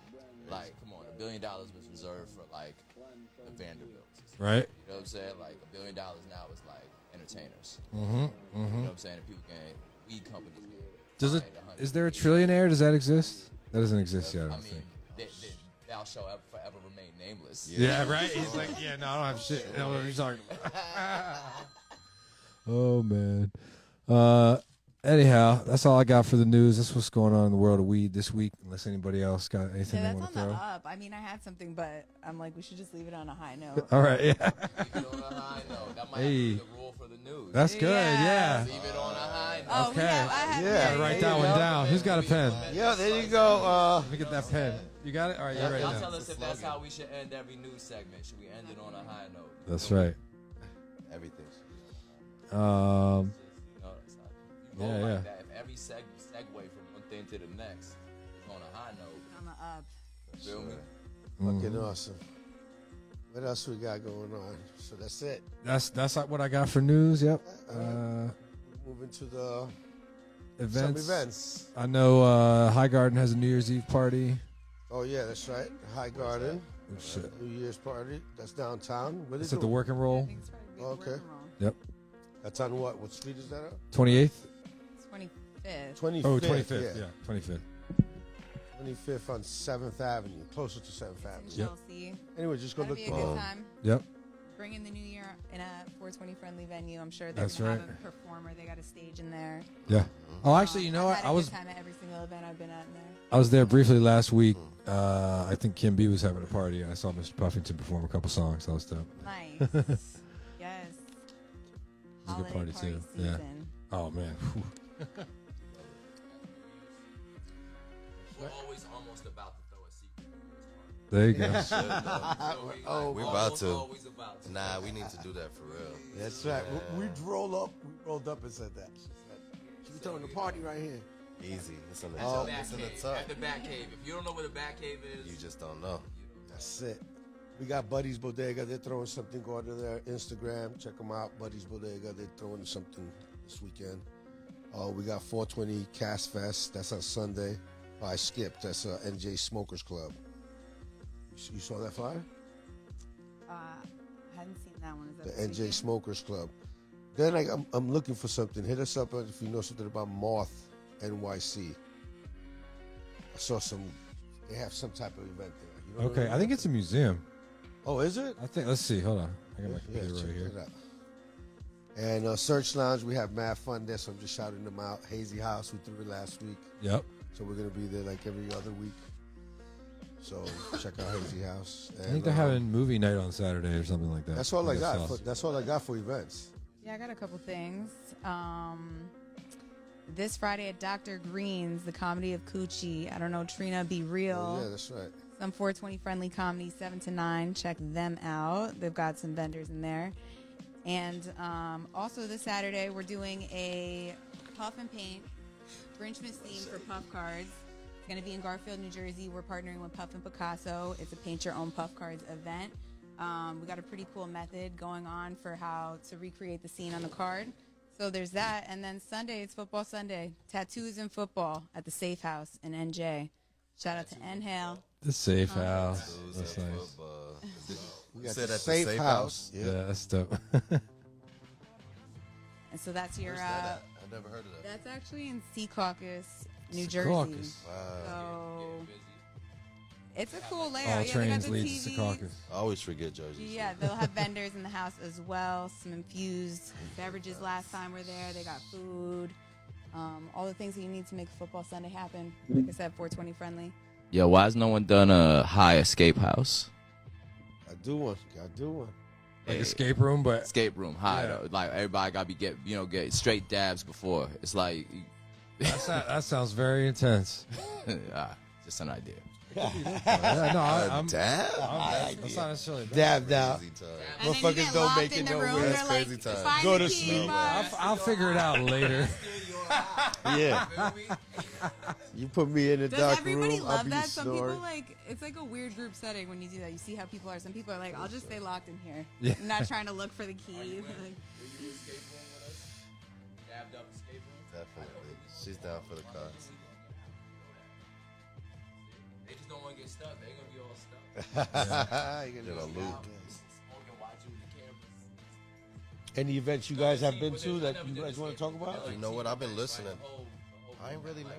Speaker 4: Like, come on, a billion dollars was reserved for like the Vanderbilts.
Speaker 1: Right?
Speaker 4: You know what I'm saying? Like a billion dollars now is like entertainers. Mm-hmm, You know what I'm saying? And people getting weed companies. Getting
Speaker 1: Does it?
Speaker 4: fined a hundred
Speaker 1: Is there a
Speaker 4: million.
Speaker 1: trillionaire? Does that exist? That doesn't exist yet. I
Speaker 4: I
Speaker 1: don't
Speaker 4: mean,
Speaker 1: think.
Speaker 4: they, they, thou shalt ever- forever remain nameless.
Speaker 1: Yeah, right. He's like, yeah, no, I don't have shit. I don't know what you're talking about. oh man. Uh, anyhow, that's all I got for the news. That's what's going on in the world of weed this week. Unless anybody else got anything
Speaker 2: Yeah,
Speaker 1: they want
Speaker 2: that's on
Speaker 1: to
Speaker 2: the
Speaker 1: throw.
Speaker 2: up. I mean, I had something, but I'm like, we should just leave it on a high note.
Speaker 1: All right, yeah,
Speaker 4: Leave it on a high note. That might
Speaker 1: Hey.
Speaker 4: have to be the rule for the news.
Speaker 1: that's good. Yeah,
Speaker 2: Yeah.
Speaker 4: Leave it on a high note.
Speaker 2: Oh,
Speaker 1: Okay.
Speaker 2: we have, I have
Speaker 3: Yeah,
Speaker 1: Gotta
Speaker 2: yeah,
Speaker 1: write
Speaker 3: There
Speaker 1: that
Speaker 3: you
Speaker 1: one
Speaker 3: go.
Speaker 1: down. Who's got a pen?
Speaker 3: Yeah, there you go. Uh,
Speaker 1: Let me get that pen. You got it. All right, you write
Speaker 4: Y'all
Speaker 1: it
Speaker 4: tell
Speaker 1: down.
Speaker 4: us if that's how we should end every news segment. Should we end it on a high note?
Speaker 1: That's right.
Speaker 5: everything.
Speaker 1: Um,
Speaker 4: No, that's not. You roll
Speaker 1: Yeah,
Speaker 4: like
Speaker 1: yeah.
Speaker 4: that. If every seg- segue from one thing to the next is on a high note,
Speaker 2: On the up.
Speaker 4: you feel me?
Speaker 3: Fucking awesome. What else we got going on? So that's it.
Speaker 1: that's that's like what I got for news. Yep. Uh,
Speaker 3: Moving to the
Speaker 1: events.
Speaker 3: some events.
Speaker 1: I know uh, High Garden has a New Year's Eve party.
Speaker 3: Oh yeah, that's right. High Garden,
Speaker 1: Oh, shit.
Speaker 3: New Year's party. That's downtown. What
Speaker 1: It's
Speaker 3: is
Speaker 1: at
Speaker 3: it?
Speaker 1: the Work and Roll.
Speaker 3: Okay.
Speaker 1: Yep.
Speaker 3: That's on what? What street is that on?
Speaker 1: 28th.
Speaker 2: Twenty fifth.
Speaker 3: Twenty
Speaker 1: Oh, 25th. Yeah, 25th.
Speaker 3: Twenty fifth on Seventh Avenue, closer to Seventh Avenue.
Speaker 1: Yep.
Speaker 2: Chelsea.
Speaker 3: Anyway, just go
Speaker 2: That'll
Speaker 3: look
Speaker 2: be a
Speaker 3: for
Speaker 2: good
Speaker 3: it.
Speaker 2: time.
Speaker 1: Yep.
Speaker 2: Bring in the new year in a 420 friendly venue. I'm sure they're
Speaker 1: That's
Speaker 2: gonna
Speaker 1: right.
Speaker 2: have a performer. They got a stage in there.
Speaker 1: Yeah. Oh,
Speaker 2: Um,
Speaker 1: actually, you know
Speaker 2: I've
Speaker 1: what?
Speaker 2: had a
Speaker 1: I
Speaker 2: good
Speaker 1: was
Speaker 2: time at every single event I've been at in there.
Speaker 1: I was there briefly last week. Uh, I think Kim B was having a party, and I saw Mr. Puffington perform a couple songs. That was dope.
Speaker 2: Nice. yes.
Speaker 1: a good
Speaker 2: Holiday
Speaker 1: party, too. Yeah.
Speaker 2: season.
Speaker 1: Oh man. Whew.
Speaker 4: We're always almost about to throw a secret.
Speaker 1: There you go.
Speaker 4: oh,
Speaker 5: we about to.
Speaker 4: Always about to.
Speaker 5: Nah, we need to do that for real.
Speaker 3: That's right. We, we roll up. We rolled up and said that. She said, "She was throwing the party right here.
Speaker 5: Easy. It's in the
Speaker 3: Oh.
Speaker 5: tub.
Speaker 4: Back
Speaker 5: It's in the
Speaker 4: cave.
Speaker 5: tub.
Speaker 4: At the back cave. If you don't know where the back cave is,
Speaker 5: You just don't know.
Speaker 3: That's it. We got Buddy's Bodega. They're throwing something. Go to their Instagram. Check them out. Buddy's Bodega. They're throwing something this weekend. Uh, we got 420 Cast Fest. That's on Sunday. By Skip. That's uh, NJ Smokers Club. You, s- you saw that flyer?
Speaker 2: Uh, I hadn't seen that one. Is that
Speaker 3: The
Speaker 2: this weekend?
Speaker 3: NJ Smokers Club. Then I, I'm, I'm looking for something. Hit us up if you know something about Moth NYC. I saw some. They have some type of event there. You know what
Speaker 1: Okay, I think it's a museum.
Speaker 3: Oh, is it?
Speaker 1: I think. Let's see. Hold on. I got my
Speaker 3: Yeah,
Speaker 1: computer
Speaker 3: check
Speaker 1: right here.
Speaker 3: that out. And uh, Search Lounge, we have mad fun there, so I'm just shouting them out. Hazy House, we threw it last week,
Speaker 1: Yep.
Speaker 3: so we're gonna be there like every other week. So check out Hazy House.
Speaker 1: I
Speaker 3: And,
Speaker 1: think they're
Speaker 3: uh,
Speaker 1: having movie night on Saturday or something like that.
Speaker 3: That's all I
Speaker 1: think
Speaker 3: got.
Speaker 1: saw.
Speaker 3: For, that's all I got for events.
Speaker 2: Yeah, I got a couple things. Um, this Friday at Dr. Green's, the comedy of Coochie. I don't know, Trina, be real.
Speaker 3: Oh, yeah, that's right.
Speaker 2: Some 420 friendly comedy, 7 to 9. Check them out. They've got some vendors in there. And um, also this Saturday, we're doing a puff and paint Grinchmas theme for puff cards. It's going to be in Garfield, New Jersey. We're partnering with Puff and Picasso. It's a paint your own puff cards event. Um, we got a pretty cool method going on for how to recreate the scene on the card. So there's that. And then Sunday, it's Football Sunday. Tattoos and football at the Safe House in NJ. Shout out to Inhale.
Speaker 1: the safe house.
Speaker 5: Who's
Speaker 1: That's
Speaker 5: in
Speaker 1: nice.
Speaker 5: football?
Speaker 3: We
Speaker 5: You
Speaker 3: got
Speaker 5: said
Speaker 3: the
Speaker 5: at the
Speaker 3: safe,
Speaker 5: safe
Speaker 3: house.
Speaker 1: Yeah,
Speaker 3: Yeah.
Speaker 1: that's dope.
Speaker 2: And so that's your.
Speaker 5: Where's
Speaker 2: Uh,
Speaker 5: that at? I never heard of that.
Speaker 2: That's actually in Sea Caucus, New
Speaker 1: Sea
Speaker 2: Jersey.
Speaker 1: Caucus.
Speaker 5: Wow.
Speaker 2: So
Speaker 4: busy.
Speaker 2: it's a cool layout.
Speaker 1: All
Speaker 2: yeah,
Speaker 1: trains
Speaker 2: they got the
Speaker 1: lead to
Speaker 2: TV.
Speaker 1: Secaucus.
Speaker 5: I always forget Jersey.
Speaker 2: Yeah, they'll have vendors in the house as well. Some infused beverages last time we're there. They got food. Um, all the things that you need to make football Sunday happen. Like I said, 420 friendly.
Speaker 4: Yo, why has no one done a high escape house?
Speaker 3: I do one. I do one.
Speaker 1: Like
Speaker 4: Hey.
Speaker 1: escape room, but
Speaker 4: Escape room high
Speaker 1: Yeah.
Speaker 4: though. Like everybody gotta be get you know get straight dabs before. It's like
Speaker 1: that's not, that sounds very intense.
Speaker 4: ah, just an idea.
Speaker 1: Yeah, no, I, I'm,
Speaker 5: Damn.
Speaker 1: I'm, that's not necessarily. Bad.
Speaker 3: Dab down.
Speaker 5: Crazy time.
Speaker 2: And then you get
Speaker 3: don't
Speaker 2: locked
Speaker 3: make it
Speaker 2: in the
Speaker 3: nowhere.
Speaker 2: room.
Speaker 5: That's
Speaker 2: They're
Speaker 5: crazy
Speaker 2: like,
Speaker 5: time.
Speaker 2: find
Speaker 3: Go
Speaker 2: the
Speaker 3: to
Speaker 2: key,
Speaker 3: sleep.
Speaker 2: bud.
Speaker 1: I'll, I'll figure it out later.
Speaker 3: Yeah. You put me in a
Speaker 2: Does
Speaker 3: dark room.
Speaker 2: everybody
Speaker 3: I'll
Speaker 2: love
Speaker 3: be
Speaker 2: that? Some
Speaker 3: snoring.
Speaker 2: people like it's like a weird group setting when you do that. You see how people are. Some people are like, I'll just stay locked in here.
Speaker 1: Yeah.
Speaker 2: I'm not trying to look for the key. Like,
Speaker 4: Dabbed up escape room.
Speaker 5: Definitely. She's down for the cause.
Speaker 4: They just don't want to get stuck. They're gonna be all stuck.
Speaker 3: You're
Speaker 5: You're
Speaker 3: gonna
Speaker 5: gonna
Speaker 3: lose.
Speaker 5: lose.
Speaker 4: Smoking, watching with the cameras.
Speaker 3: Any events you guys have been to that you guys want to talk about?
Speaker 5: You know what? I've been listening. I ain't really never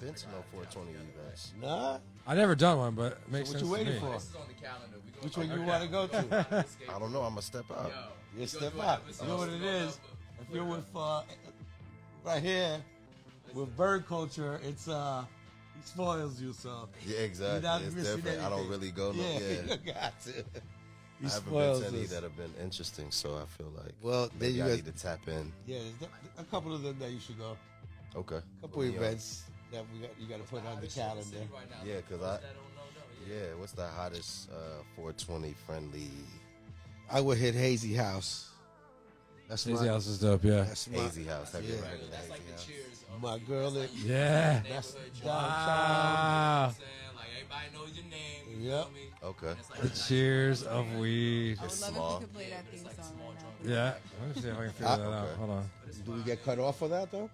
Speaker 5: been to no 420 events.
Speaker 3: Nah.
Speaker 1: I never done one, but it makes
Speaker 3: What
Speaker 1: sense
Speaker 3: you
Speaker 1: to
Speaker 3: waiting
Speaker 1: me.
Speaker 3: for?
Speaker 4: This is on the calendar. We gonna
Speaker 3: Which one you want to go to?
Speaker 5: I don't know. I'm going to Uh, step out.
Speaker 3: Yeah, step out. You know what it is? If you're with uh, right here with bird culture, it's uh, he spoils you so.
Speaker 5: Yeah,
Speaker 3: You're not
Speaker 5: exactly. It's
Speaker 3: missing
Speaker 5: different. I don't
Speaker 3: anything.
Speaker 5: really go. No,
Speaker 3: Yeah,
Speaker 5: yeah.
Speaker 3: you got to. He
Speaker 5: I haven't been
Speaker 3: spoils
Speaker 5: to any
Speaker 3: us.
Speaker 5: that have been interesting, so I feel like
Speaker 3: Well, then
Speaker 5: maybe
Speaker 3: you
Speaker 5: I
Speaker 3: guys-
Speaker 5: need to tap in.
Speaker 3: Yeah, there's de- a couple of them that you should go.
Speaker 5: Okay. uh,
Speaker 3: A couple
Speaker 5: Well,
Speaker 3: events that we got, you got to put on the calendar.
Speaker 5: Yeah, because I. Yeah, what's the hottest uh, 420 friendly?
Speaker 3: I would hit Hazy House. That's
Speaker 1: Hazy
Speaker 3: my,
Speaker 1: House is dope. Yeah.
Speaker 3: that's my,
Speaker 5: Hazy House. Have you
Speaker 3: Yeah.
Speaker 5: ever heard of
Speaker 4: That's
Speaker 5: Hazy
Speaker 4: like the
Speaker 5: House?
Speaker 4: cheers. of
Speaker 3: my girl. That,
Speaker 1: Yeah.
Speaker 3: that's
Speaker 4: neighborhood joint.
Speaker 1: Wow.
Speaker 4: I'm saying? Like everybody knows your name. You
Speaker 3: Yep.
Speaker 4: feel me?
Speaker 5: Okay.
Speaker 4: It's like
Speaker 1: The cheers of weed.
Speaker 2: I would love
Speaker 5: small.
Speaker 2: if you could play that theme song right now.
Speaker 1: Yeah. Let me see if I can figure that out.
Speaker 3: Ah,
Speaker 1: Hold on.
Speaker 3: Do we get cut off for that though?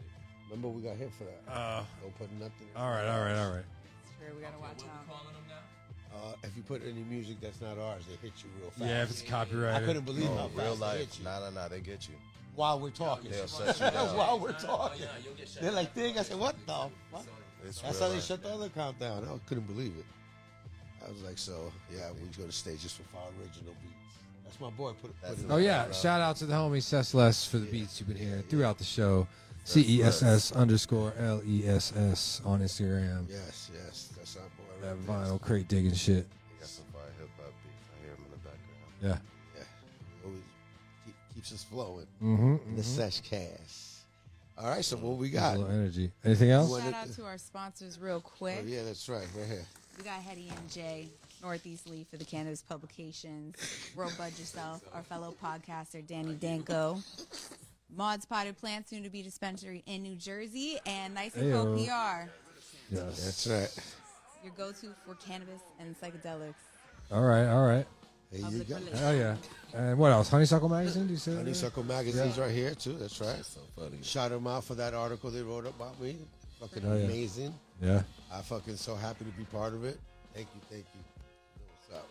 Speaker 3: Remember we got hit for that.
Speaker 1: Uh,
Speaker 3: Don't put nothing.
Speaker 1: all right. All right. All right.
Speaker 2: It's true, we gotta watch
Speaker 4: what we
Speaker 2: out.
Speaker 4: calling them now?
Speaker 3: Uh, if you put any music that's not ours, they hit you real fast.
Speaker 1: Yeah. If it's
Speaker 3: I
Speaker 1: copyrighted.
Speaker 3: couldn't believe how
Speaker 5: Oh,
Speaker 3: fast
Speaker 5: real
Speaker 3: they
Speaker 5: life.
Speaker 3: hit you
Speaker 5: Nah, nah, nah. They get you.
Speaker 3: while we're talking.
Speaker 5: They'll shut you down.
Speaker 3: while we're talking, they're like, "Thing." I said, "What the fuck?"
Speaker 5: It's
Speaker 3: That's
Speaker 5: real
Speaker 3: how they
Speaker 5: life.
Speaker 3: shut the other account down. I couldn't believe it. I was like, so yeah, we go to stay just for our original beats. That's my boy. Put, put
Speaker 5: That's
Speaker 3: it.
Speaker 1: Oh
Speaker 5: it.
Speaker 1: yeah! Shout out to the homie Cessless for the beats you've been hearing throughout the show. C E S S underscore L E S S on Instagram.
Speaker 3: Yes, yes, that's our boy.
Speaker 1: That
Speaker 3: right there.
Speaker 1: vinyl crate digging shit.
Speaker 5: They got some fire hip hop beats. I hear them in the background.
Speaker 1: Yeah.
Speaker 3: Yeah. Always keep, keeps us flowing.
Speaker 1: Mm-hmm.
Speaker 3: The Sesh Cast. All right, so what we
Speaker 1: A
Speaker 3: got?
Speaker 1: little energy. Anything else?
Speaker 3: What-
Speaker 2: Shout out to our sponsors real
Speaker 3: Oh,
Speaker 2: quick.
Speaker 3: yeah, that's right, right here.
Speaker 2: We got Hetty and Jay, Northeast Lee for the Cannabis Publications, World Bud Yourself, our fellow podcaster Danny Danko, Maud's Potted Plant, soon to be dispensary in New Jersey, and Nice and Co
Speaker 1: Heyo.
Speaker 2: PR,
Speaker 1: Yes.
Speaker 3: That's right.
Speaker 2: your go-to for cannabis and psychedelics.
Speaker 1: All right. All right.
Speaker 3: There you
Speaker 2: Public
Speaker 3: go.
Speaker 2: relations.
Speaker 1: Oh yeah. And what else? Honeysuckle magazine? Do you say that?
Speaker 3: Honeysuckle Magazine's right here, too. That's right.
Speaker 5: So funny.
Speaker 3: Shout them out for that article they wrote about me. Fucking
Speaker 1: Oh, yeah.
Speaker 3: amazing.
Speaker 1: Yeah.
Speaker 3: i fucking so happy to be part of it. Thank you, thank you. You know What's up?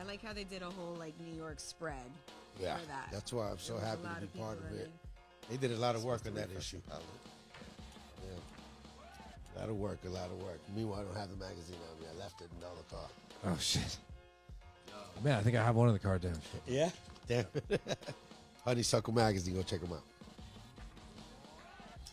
Speaker 2: I like how they did a whole like New York spread.
Speaker 3: Yeah,
Speaker 2: For that.
Speaker 3: that's why I'm so
Speaker 2: There was a
Speaker 3: happy
Speaker 2: lot
Speaker 3: to
Speaker 2: of
Speaker 3: be part
Speaker 2: people
Speaker 3: of it.
Speaker 2: running.
Speaker 3: They did a lot of work on that issue. Yeah. A lot of work, a lot of work. Meanwhile, I don't have the magazine on me. I left it in the other car.
Speaker 1: Oh shit. Man, I think I have one in the car. Damn.
Speaker 3: Yeah? Damn. Honeysuckle Magazine, go check them out.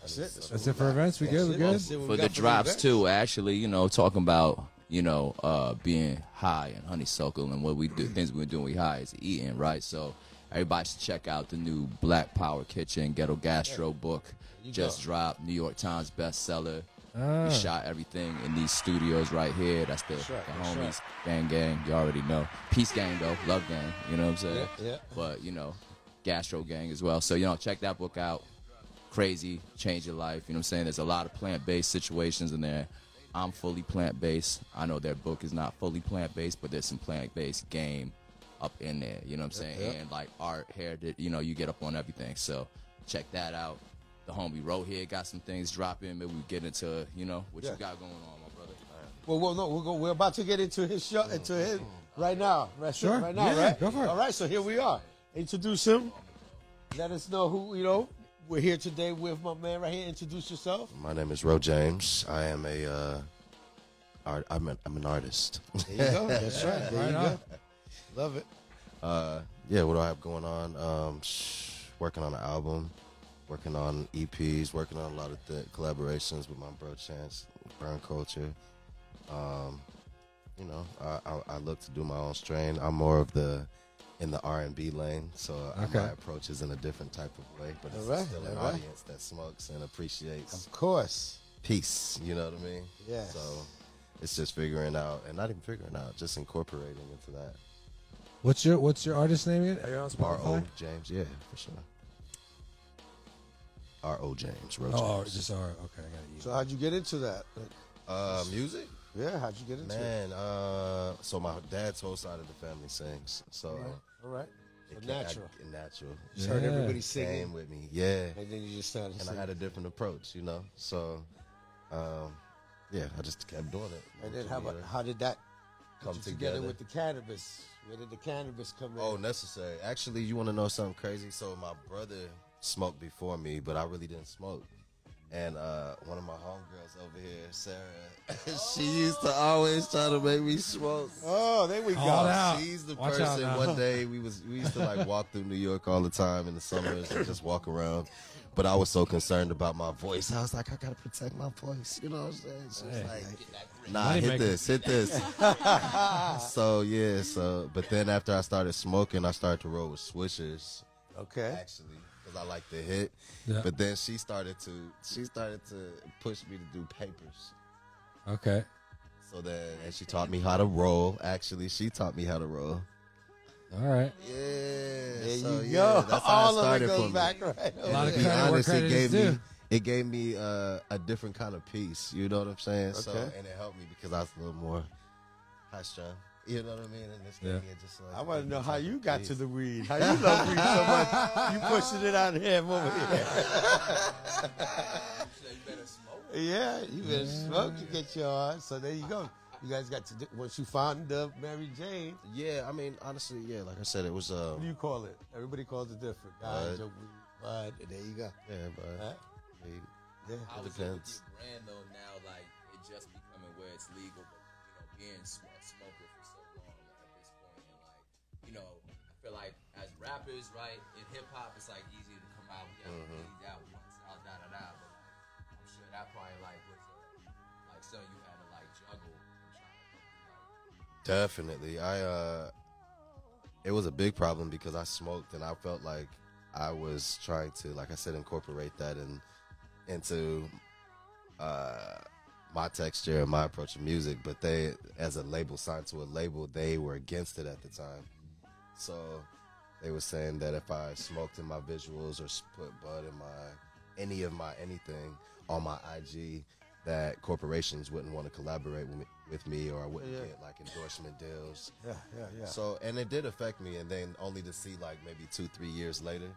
Speaker 3: That's it.
Speaker 1: That's it for events. We good. We good.
Speaker 3: That's it. What we
Speaker 4: for
Speaker 3: got
Speaker 4: the drops
Speaker 3: events.
Speaker 4: too. Actually, you know, talking about you know uh, being high and honeysuckle and what we do, things we're doing. We high is eating, right? So everybody should check out the new Black Power Kitchen Ghetto Gastro book. Just dropped. New York Times bestseller.
Speaker 1: Ah.
Speaker 4: We shot everything in these studios right here. That's the,
Speaker 3: right,
Speaker 4: the
Speaker 3: that's
Speaker 4: homies, gang gang. You already know. Peace gang though, love gang. You know what I'm saying?
Speaker 3: Yeah, yeah.
Speaker 4: But you know, Gastro gang as well. So you know, check that book out crazy, change your life. You know what I'm saying? There's a lot of plant based situations in there. I'm fully plant based. I know their book is not fully plant based, but there's some plant based game up in there. You know what I'm saying?
Speaker 3: yeah.
Speaker 4: And like art, hair, di- you know, you get up on everything. So check that out. The homie Ro here got some things dropping. Maybe we get into, you know, what
Speaker 3: Yeah.
Speaker 4: you got going on, my brother.
Speaker 3: Well, well, no, we're go, we're about to get into his show, into his right now, right,
Speaker 1: Sure.
Speaker 3: right now,
Speaker 1: Yeah,
Speaker 3: right?
Speaker 1: go for it.
Speaker 3: All right, so here we are. Introduce him. Let us know who you know. We're here today with my man right here. Introduce yourself.
Speaker 5: My name is Ro James. I am a uh, art. I'm, a, I'm an artist.
Speaker 3: There you go. That's right. There
Speaker 1: Right
Speaker 3: you
Speaker 1: on.
Speaker 3: go. Love it.
Speaker 5: uh, yeah, what do I have going on? Um, sh- working on an album, working on EPs, working on a lot of th- collaborations with my bro Chance, Burn Culture. Um, you know, I, I, I look to do my own strain. I'm more of the in the R and B lane, so
Speaker 1: Okay.
Speaker 5: my approach is in a different type of way, but it's
Speaker 3: All right,
Speaker 5: still an
Speaker 3: all right.
Speaker 5: audience that smokes and appreciates
Speaker 3: Of course.
Speaker 5: peace. You know what I mean?
Speaker 3: Yes.
Speaker 5: So it's just figuring out, and not even figuring out, just incorporating into that.
Speaker 1: What's your What's your artist name again? Are you on
Speaker 5: R O
Speaker 1: Spotify?
Speaker 5: James, yeah, for sure. R O James, Ro
Speaker 1: Oh, oh,
Speaker 5: James.
Speaker 1: just R. Okay, I got
Speaker 3: So
Speaker 1: you.
Speaker 3: how'd you get into that? Like,
Speaker 5: Uh, music,
Speaker 3: yeah, how'd you get into it?
Speaker 5: man. Uh, so my dad's whole side of the family sings, so
Speaker 3: All right.
Speaker 5: it
Speaker 3: So
Speaker 5: came-
Speaker 3: natural.
Speaker 5: I, natural.
Speaker 3: Just heard
Speaker 1: Yeah.
Speaker 3: everybody
Speaker 5: Came
Speaker 3: singing,
Speaker 5: with me, yeah.
Speaker 3: and then you just started
Speaker 5: And I
Speaker 3: singing.
Speaker 5: had a different approach, you know. So, um, yeah, I just kept doing it.
Speaker 3: and then how about
Speaker 5: Yeah.
Speaker 3: how did that
Speaker 5: Come
Speaker 3: put you together,
Speaker 5: together.
Speaker 3: with the cannabis? Where did the cannabis come in?
Speaker 5: Oh, necessary. Actually, you want to know something crazy? So my brother smoked before me, but I really didn't smoke. And uh, one of my homegirls over here, Sarah, she used to always try to make me smoke.
Speaker 3: Oh, there we go.
Speaker 1: All that- out.
Speaker 5: She's the
Speaker 1: Watch out
Speaker 5: person.
Speaker 1: now.
Speaker 5: One day we was we used to like walk through New York all the time in the summers and just walk around. But I was so concerned about my voice. I was like, I gotta protect my voice. You know what I'm saying? She was
Speaker 1: Hey.
Speaker 5: like, Nah,
Speaker 1: Money
Speaker 5: hit
Speaker 1: maker.
Speaker 5: this, hit this. so yeah, so but then after I started smoking, I started to roll with swishers
Speaker 3: Okay.
Speaker 5: actually because I like to hit.
Speaker 1: Yeah.
Speaker 5: But then she started to she started to push me to do papers.
Speaker 1: Okay.
Speaker 5: So then, and she taught me how to roll. Actually, she taught me how to roll.
Speaker 1: All right.
Speaker 5: Yeah.
Speaker 3: There
Speaker 5: so,
Speaker 3: you
Speaker 5: yeah,
Speaker 3: go.
Speaker 5: that's how
Speaker 3: all
Speaker 5: it
Speaker 3: of
Speaker 5: started
Speaker 3: it
Speaker 5: for
Speaker 3: goes
Speaker 5: me.
Speaker 3: back right.
Speaker 1: A lot
Speaker 5: to
Speaker 1: of credit
Speaker 5: be
Speaker 1: where
Speaker 5: honest,
Speaker 1: credit
Speaker 5: it
Speaker 1: is
Speaker 5: gave
Speaker 1: due.
Speaker 5: me it gave me uh, a different kind of peace. You know what I'm saying? So
Speaker 3: Okay.
Speaker 5: and it helped me because I was a little more high strung. You know what I mean? And this
Speaker 1: Yeah.
Speaker 5: thing it just like
Speaker 3: I want to know how you got to
Speaker 5: Peace.
Speaker 3: the weed. How you love weed so much? You pushing it out here, and over here.
Speaker 4: So you better smoke.
Speaker 3: Yeah, you been smoke to get your on. So there you go. You guys got to do, once you found the Mary Jane.
Speaker 5: Yeah, I mean honestly, yeah, like I said, it was uh,
Speaker 3: What do you call it? Everybody calls it different. Guys,
Speaker 5: Bud.
Speaker 3: a weed bud. There you go.
Speaker 5: yeah, but
Speaker 3: Huh?
Speaker 5: I mean,
Speaker 3: Yeah.
Speaker 4: I was With
Speaker 5: depends.
Speaker 4: your brand though now, like it just becoming where it's legal, but you know, being sm- a smoker for so long at this point, and like you know, I feel like as rappers, right, in hip hop, it's like easier to come out, we got
Speaker 3: Mm-hmm.
Speaker 4: weed out once, out da da da. But like, I'm sure that probably like was uh, like something you had to like juggle and try to like,
Speaker 5: Definitely. I uh it was a big problem because I smoked and I felt like I was trying to like I said incorporate that in into uh my texture and my approach to music, but they as a label signed to a label, they were against it at the time. So they were saying that if I smoked in my visuals or s- put bud in my any of my anything on my IG, that corporations wouldn't want to collaborate with me, with me or I wouldn't
Speaker 3: Yeah.
Speaker 5: get like endorsement deals.
Speaker 3: Yeah, yeah, yeah.
Speaker 5: So and it did affect me, and then only to see like maybe two, three years later,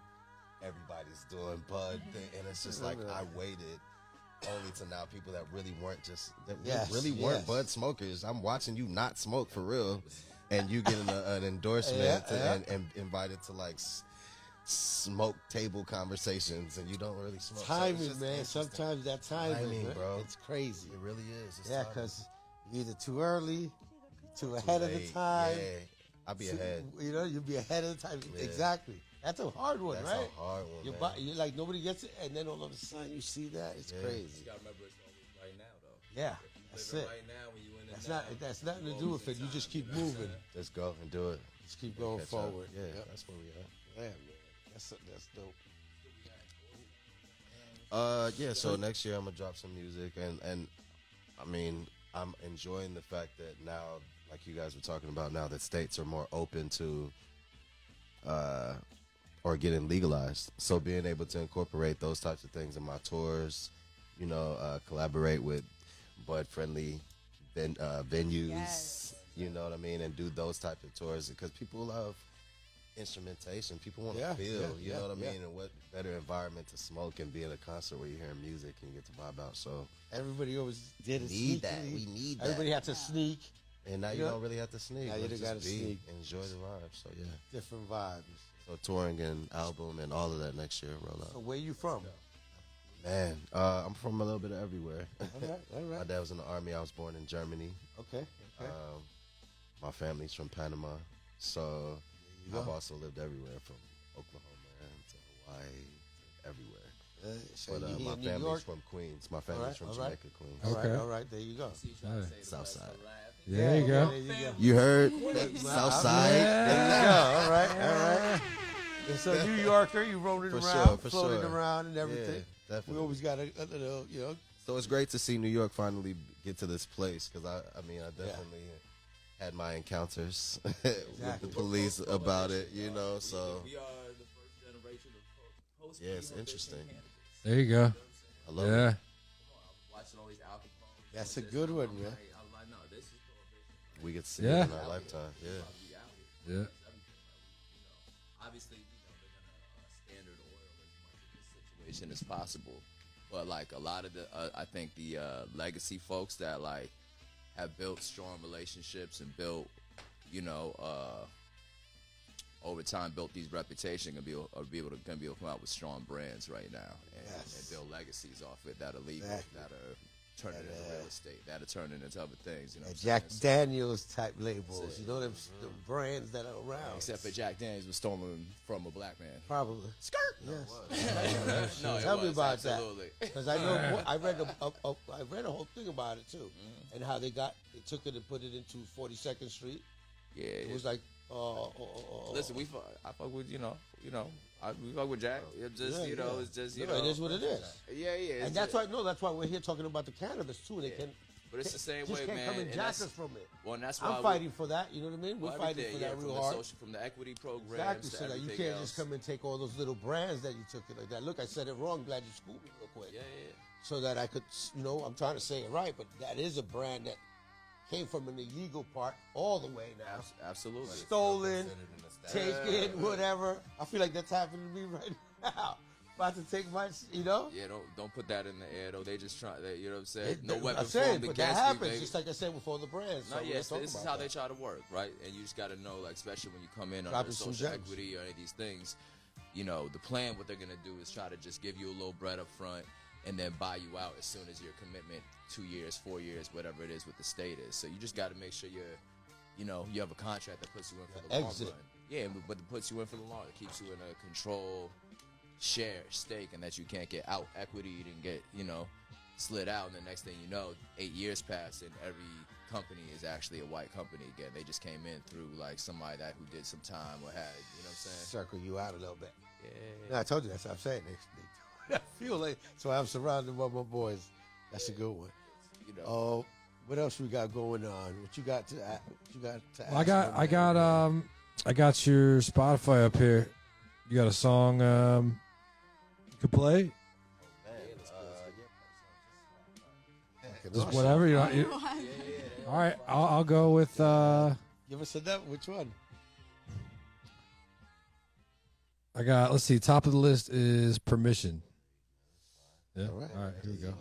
Speaker 5: everybody's doing bud,
Speaker 3: Mm-hmm.
Speaker 5: thing, and it's just like I waited. Only to now, people that really weren't just that
Speaker 3: Yes,
Speaker 5: really weren't
Speaker 3: yes.
Speaker 5: bud smokers. I'm watching you not smoke for real, and you getting a, an endorsement
Speaker 3: Yeah,
Speaker 5: to-
Speaker 3: yeah.
Speaker 5: And, and invited to like s- smoke table conversations, and you don't really smoke. So it's
Speaker 3: timing,
Speaker 5: just
Speaker 3: man.
Speaker 5: interesting.
Speaker 3: Sometimes that timing,
Speaker 5: Timing,
Speaker 3: man,
Speaker 5: bro.
Speaker 3: It's crazy.
Speaker 5: it really is. It's
Speaker 3: Yeah,
Speaker 5: timing.
Speaker 3: because you're either too early, too
Speaker 5: Too
Speaker 3: ahead of
Speaker 5: late.
Speaker 3: the time.
Speaker 5: Yeah, I'll be
Speaker 3: too-
Speaker 5: ahead.
Speaker 3: You know, you'll be ahead of the time.
Speaker 5: Yeah.
Speaker 3: Exactly. That's a hard one,
Speaker 5: That's
Speaker 3: right?
Speaker 5: a hard one.
Speaker 3: Your
Speaker 5: man.
Speaker 3: body, you're like nobody gets it, and then all of a sudden you see that. It's
Speaker 5: Yeah.
Speaker 4: you
Speaker 3: crazy.
Speaker 4: gotta remember it's always right now though.
Speaker 3: Yeah,
Speaker 4: You
Speaker 3: that's
Speaker 4: living
Speaker 3: it.
Speaker 4: right now when you in the
Speaker 3: That's
Speaker 4: now,
Speaker 3: not. That's nothing
Speaker 4: you
Speaker 3: to do with
Speaker 4: always
Speaker 3: it.
Speaker 4: in
Speaker 3: You just
Speaker 4: time,
Speaker 3: keep
Speaker 4: know what I'm
Speaker 3: moving.
Speaker 4: saying?
Speaker 5: Let's go and do it.
Speaker 3: Just keep going
Speaker 5: Catch up.
Speaker 3: forward.
Speaker 5: Yeah,
Speaker 3: Yep.
Speaker 5: that's where we at.
Speaker 3: yeah, man. That's that's dope.
Speaker 5: Uh, yeah. So next year I'm gonna drop some music, and and I mean I'm enjoying the fact that now, like you guys were talking about, now that states are more open to, uh, or getting legalized. So being able to incorporate those types of things in my tours, you know, uh, collaborate with bud friendly ven- uh, venues.
Speaker 2: Yes.
Speaker 5: You know what I mean, and do those type of tours because people love instrumentation. People want to
Speaker 3: Yeah,
Speaker 5: feel.
Speaker 3: yeah,
Speaker 5: you
Speaker 3: yeah,
Speaker 5: know what I
Speaker 3: yeah.
Speaker 5: mean. And what better environment to smoke and be at a concert where you're hearing music and you get to vibe out. So
Speaker 3: Everybody always did it.
Speaker 5: need that.
Speaker 3: sneakily.
Speaker 5: We need that.
Speaker 3: Everybody had to sneak
Speaker 5: and now you
Speaker 3: Yeah.
Speaker 5: don't really have to sneak.
Speaker 3: Now you
Speaker 5: Let's
Speaker 3: just
Speaker 5: just
Speaker 3: gotta
Speaker 5: be,
Speaker 3: sneak.
Speaker 5: Enjoy the vibe. So yeah.
Speaker 3: different vibes.
Speaker 5: So touring and album and all of that next year roll
Speaker 3: So
Speaker 5: out.
Speaker 3: where you from?
Speaker 5: Man, uh, I'm from a little bit of everywhere.
Speaker 3: All right, all
Speaker 5: My
Speaker 3: right.
Speaker 5: dad was in the army. I was born in Germany.
Speaker 3: Okay, okay.
Speaker 5: Um, my family's from Panama, so
Speaker 3: There you
Speaker 5: I've
Speaker 3: go.
Speaker 5: also lived everywhere from Oklahoma and to Hawaii, to everywhere.
Speaker 3: Uh, so
Speaker 5: But
Speaker 3: you
Speaker 5: uh,
Speaker 3: here
Speaker 5: my
Speaker 3: in New
Speaker 5: family's
Speaker 3: York?
Speaker 5: from Queens. My family's
Speaker 3: Alright,
Speaker 5: from
Speaker 3: alright.
Speaker 5: Jamaica, Queens.
Speaker 3: All right,
Speaker 1: Okay.
Speaker 3: all right. There you go.
Speaker 4: See, you trying to
Speaker 1: Alright.
Speaker 4: say the
Speaker 5: Southside.
Speaker 4: West alive.
Speaker 1: Yeah, there you go.
Speaker 3: There you go.
Speaker 5: You heard
Speaker 3: Southside.
Speaker 5: Southside.
Speaker 3: There you go. All right, all right. And so New Yorker, you rolling
Speaker 5: For
Speaker 3: around,
Speaker 5: sure, for
Speaker 3: floating
Speaker 5: sure.
Speaker 3: around, and everything. we
Speaker 5: definitely.
Speaker 3: always got a, a little, you know.
Speaker 5: so it's great to see New York finally get to this place because I, I mean, I definitely had my encounters with the
Speaker 3: Exactly.
Speaker 5: police about it, you know.
Speaker 4: We-
Speaker 5: So
Speaker 4: we are the first generation of post.
Speaker 5: Yeah, it's interesting.
Speaker 1: There you go.
Speaker 5: I love
Speaker 1: Yeah.
Speaker 5: it.
Speaker 4: Watching all these Al Capones
Speaker 3: That's
Speaker 4: doing
Speaker 3: a
Speaker 4: this,
Speaker 3: good
Speaker 4: I'm
Speaker 3: one,
Speaker 4: like-
Speaker 3: man.
Speaker 4: I'm like, no, this is prohibition.
Speaker 5: We could see
Speaker 1: Yeah.
Speaker 5: it in our lifetime. Yeah.
Speaker 4: We out here.
Speaker 1: Yeah.
Speaker 4: It's everything. Like, we- you know, obviously, you know, they're gonna uh, standard oil as much of this situation as possible. But like a lot of the, uh, I think the uh, legacy folks that like have built strong relationships and built, you know, uh, over time built these reputation and be able, are be able to gonna be able to come out with strong brands right now and,
Speaker 3: Yes.
Speaker 4: and build legacies off it that are legal,
Speaker 3: Exactly.
Speaker 4: that are turning into real estate, that are turning into other things. You know, what
Speaker 3: A
Speaker 4: I'm
Speaker 3: Jack
Speaker 4: saying? So-
Speaker 3: Daniels type labels, you know them, the brands that are around.
Speaker 4: Except that Jack Daniels was stolen from a black man.
Speaker 3: probably.
Speaker 4: Skirt.
Speaker 3: Yes.
Speaker 4: No,
Speaker 3: Tell
Speaker 4: it
Speaker 3: me
Speaker 4: was,
Speaker 3: about that.
Speaker 4: absolutely.
Speaker 3: Because I know I read a, a, a, I read a whole thing about it too, and how they got they took it and put it into 42nd Street.
Speaker 4: Yeah,
Speaker 3: It was like, uh, oh, oh, oh,
Speaker 4: listen, we fuck, I fuck with you know, you know, I, we fuck with Jack. It's just
Speaker 3: Oh. Yeah,
Speaker 4: you know,
Speaker 3: yeah.
Speaker 4: it's just you
Speaker 3: No,
Speaker 4: know,
Speaker 3: it is what it is.
Speaker 4: Yeah, yeah.
Speaker 3: And
Speaker 4: it's
Speaker 3: that's
Speaker 4: just-
Speaker 3: why no, that's why we're here talking about the cannabis too. They
Speaker 4: Yeah.
Speaker 3: can
Speaker 4: But it's the same
Speaker 3: Just
Speaker 4: way,
Speaker 3: can't
Speaker 4: man.
Speaker 3: come and
Speaker 4: and
Speaker 3: jack
Speaker 4: that's-
Speaker 3: us from it.
Speaker 4: Well, and that's why
Speaker 3: I'm fighting for that. You know what I mean?
Speaker 4: We,
Speaker 3: We're
Speaker 4: well,
Speaker 3: fighting
Speaker 4: everything,
Speaker 3: for
Speaker 4: yeah,
Speaker 3: that
Speaker 4: from
Speaker 3: real
Speaker 4: the
Speaker 3: hard.
Speaker 4: social, from the equity programs.
Speaker 3: Exactly,
Speaker 4: to
Speaker 3: so that you
Speaker 4: everything
Speaker 3: can't
Speaker 4: else.
Speaker 3: just come and take all those little brands that you took it like that. Look, I said it wrong. Glad you schooled me real quick.
Speaker 4: Yeah, yeah.
Speaker 3: So that I could, s- you know, I'm trying to say it right, but that is a brand that came from an illegal part all the way now.
Speaker 4: Abs- Absolutely.
Speaker 3: Stolen, taken, whatever. I feel like that's happening to me right now. About to take my, s- you know?
Speaker 4: Yeah, don't don't put that in the air though. They just try. They, you know what I'm saying?
Speaker 3: It-
Speaker 4: no
Speaker 3: it-
Speaker 4: weapon
Speaker 3: I said,
Speaker 4: formed
Speaker 3: but that
Speaker 4: against
Speaker 3: happens,
Speaker 4: me. baby.
Speaker 3: just like I said with all the brands.
Speaker 4: No,
Speaker 3: so we're
Speaker 4: yes,
Speaker 3: gonna
Speaker 4: this
Speaker 3: talk
Speaker 4: is
Speaker 3: about
Speaker 4: how
Speaker 3: that.
Speaker 4: they try to work, right? And you just got to know, like, especially when you come in
Speaker 3: Dropping
Speaker 4: under
Speaker 3: some
Speaker 4: social
Speaker 3: gems.
Speaker 4: equity or any of these things, you know, the plan, what they're going to do is try to just give you a little bread up front and then buy you out as soon as your commitment, two years, four years, whatever it is with the state is. So you just got to make sure you're, you know, you have a contract that puts you in for the
Speaker 3: Exit.
Speaker 4: long run. Yeah, and- but it puts you in for the long, it keeps you in a control, share, stake, and that you can't get out equity, you didn't get, you know, slid out. And the next thing you know, eight years pass, and every company is actually a white company again. They just came in through like somebody that who did some time or had, you know what I'm saying?
Speaker 3: Circle you out a little bit.
Speaker 4: Yeah.
Speaker 3: No, I told you that's what I'm saying. They, they, I feel like so I'm surrounded by my boys. That's a good one.
Speaker 4: You know,
Speaker 3: Oh, what else we got going on? What you got to? a- What you got to?
Speaker 1: I
Speaker 3: ask
Speaker 1: got
Speaker 3: my
Speaker 1: I
Speaker 3: man,
Speaker 1: got
Speaker 3: man?
Speaker 1: um I got your Spotify up here. You got a song um you could play just whatever you, you All right, I'll, I'll go with uh
Speaker 3: Give us a that. Which one?
Speaker 1: I got let's see top of the list is Permission. Yeah. All
Speaker 3: All
Speaker 1: right.
Speaker 3: right.
Speaker 1: here we go.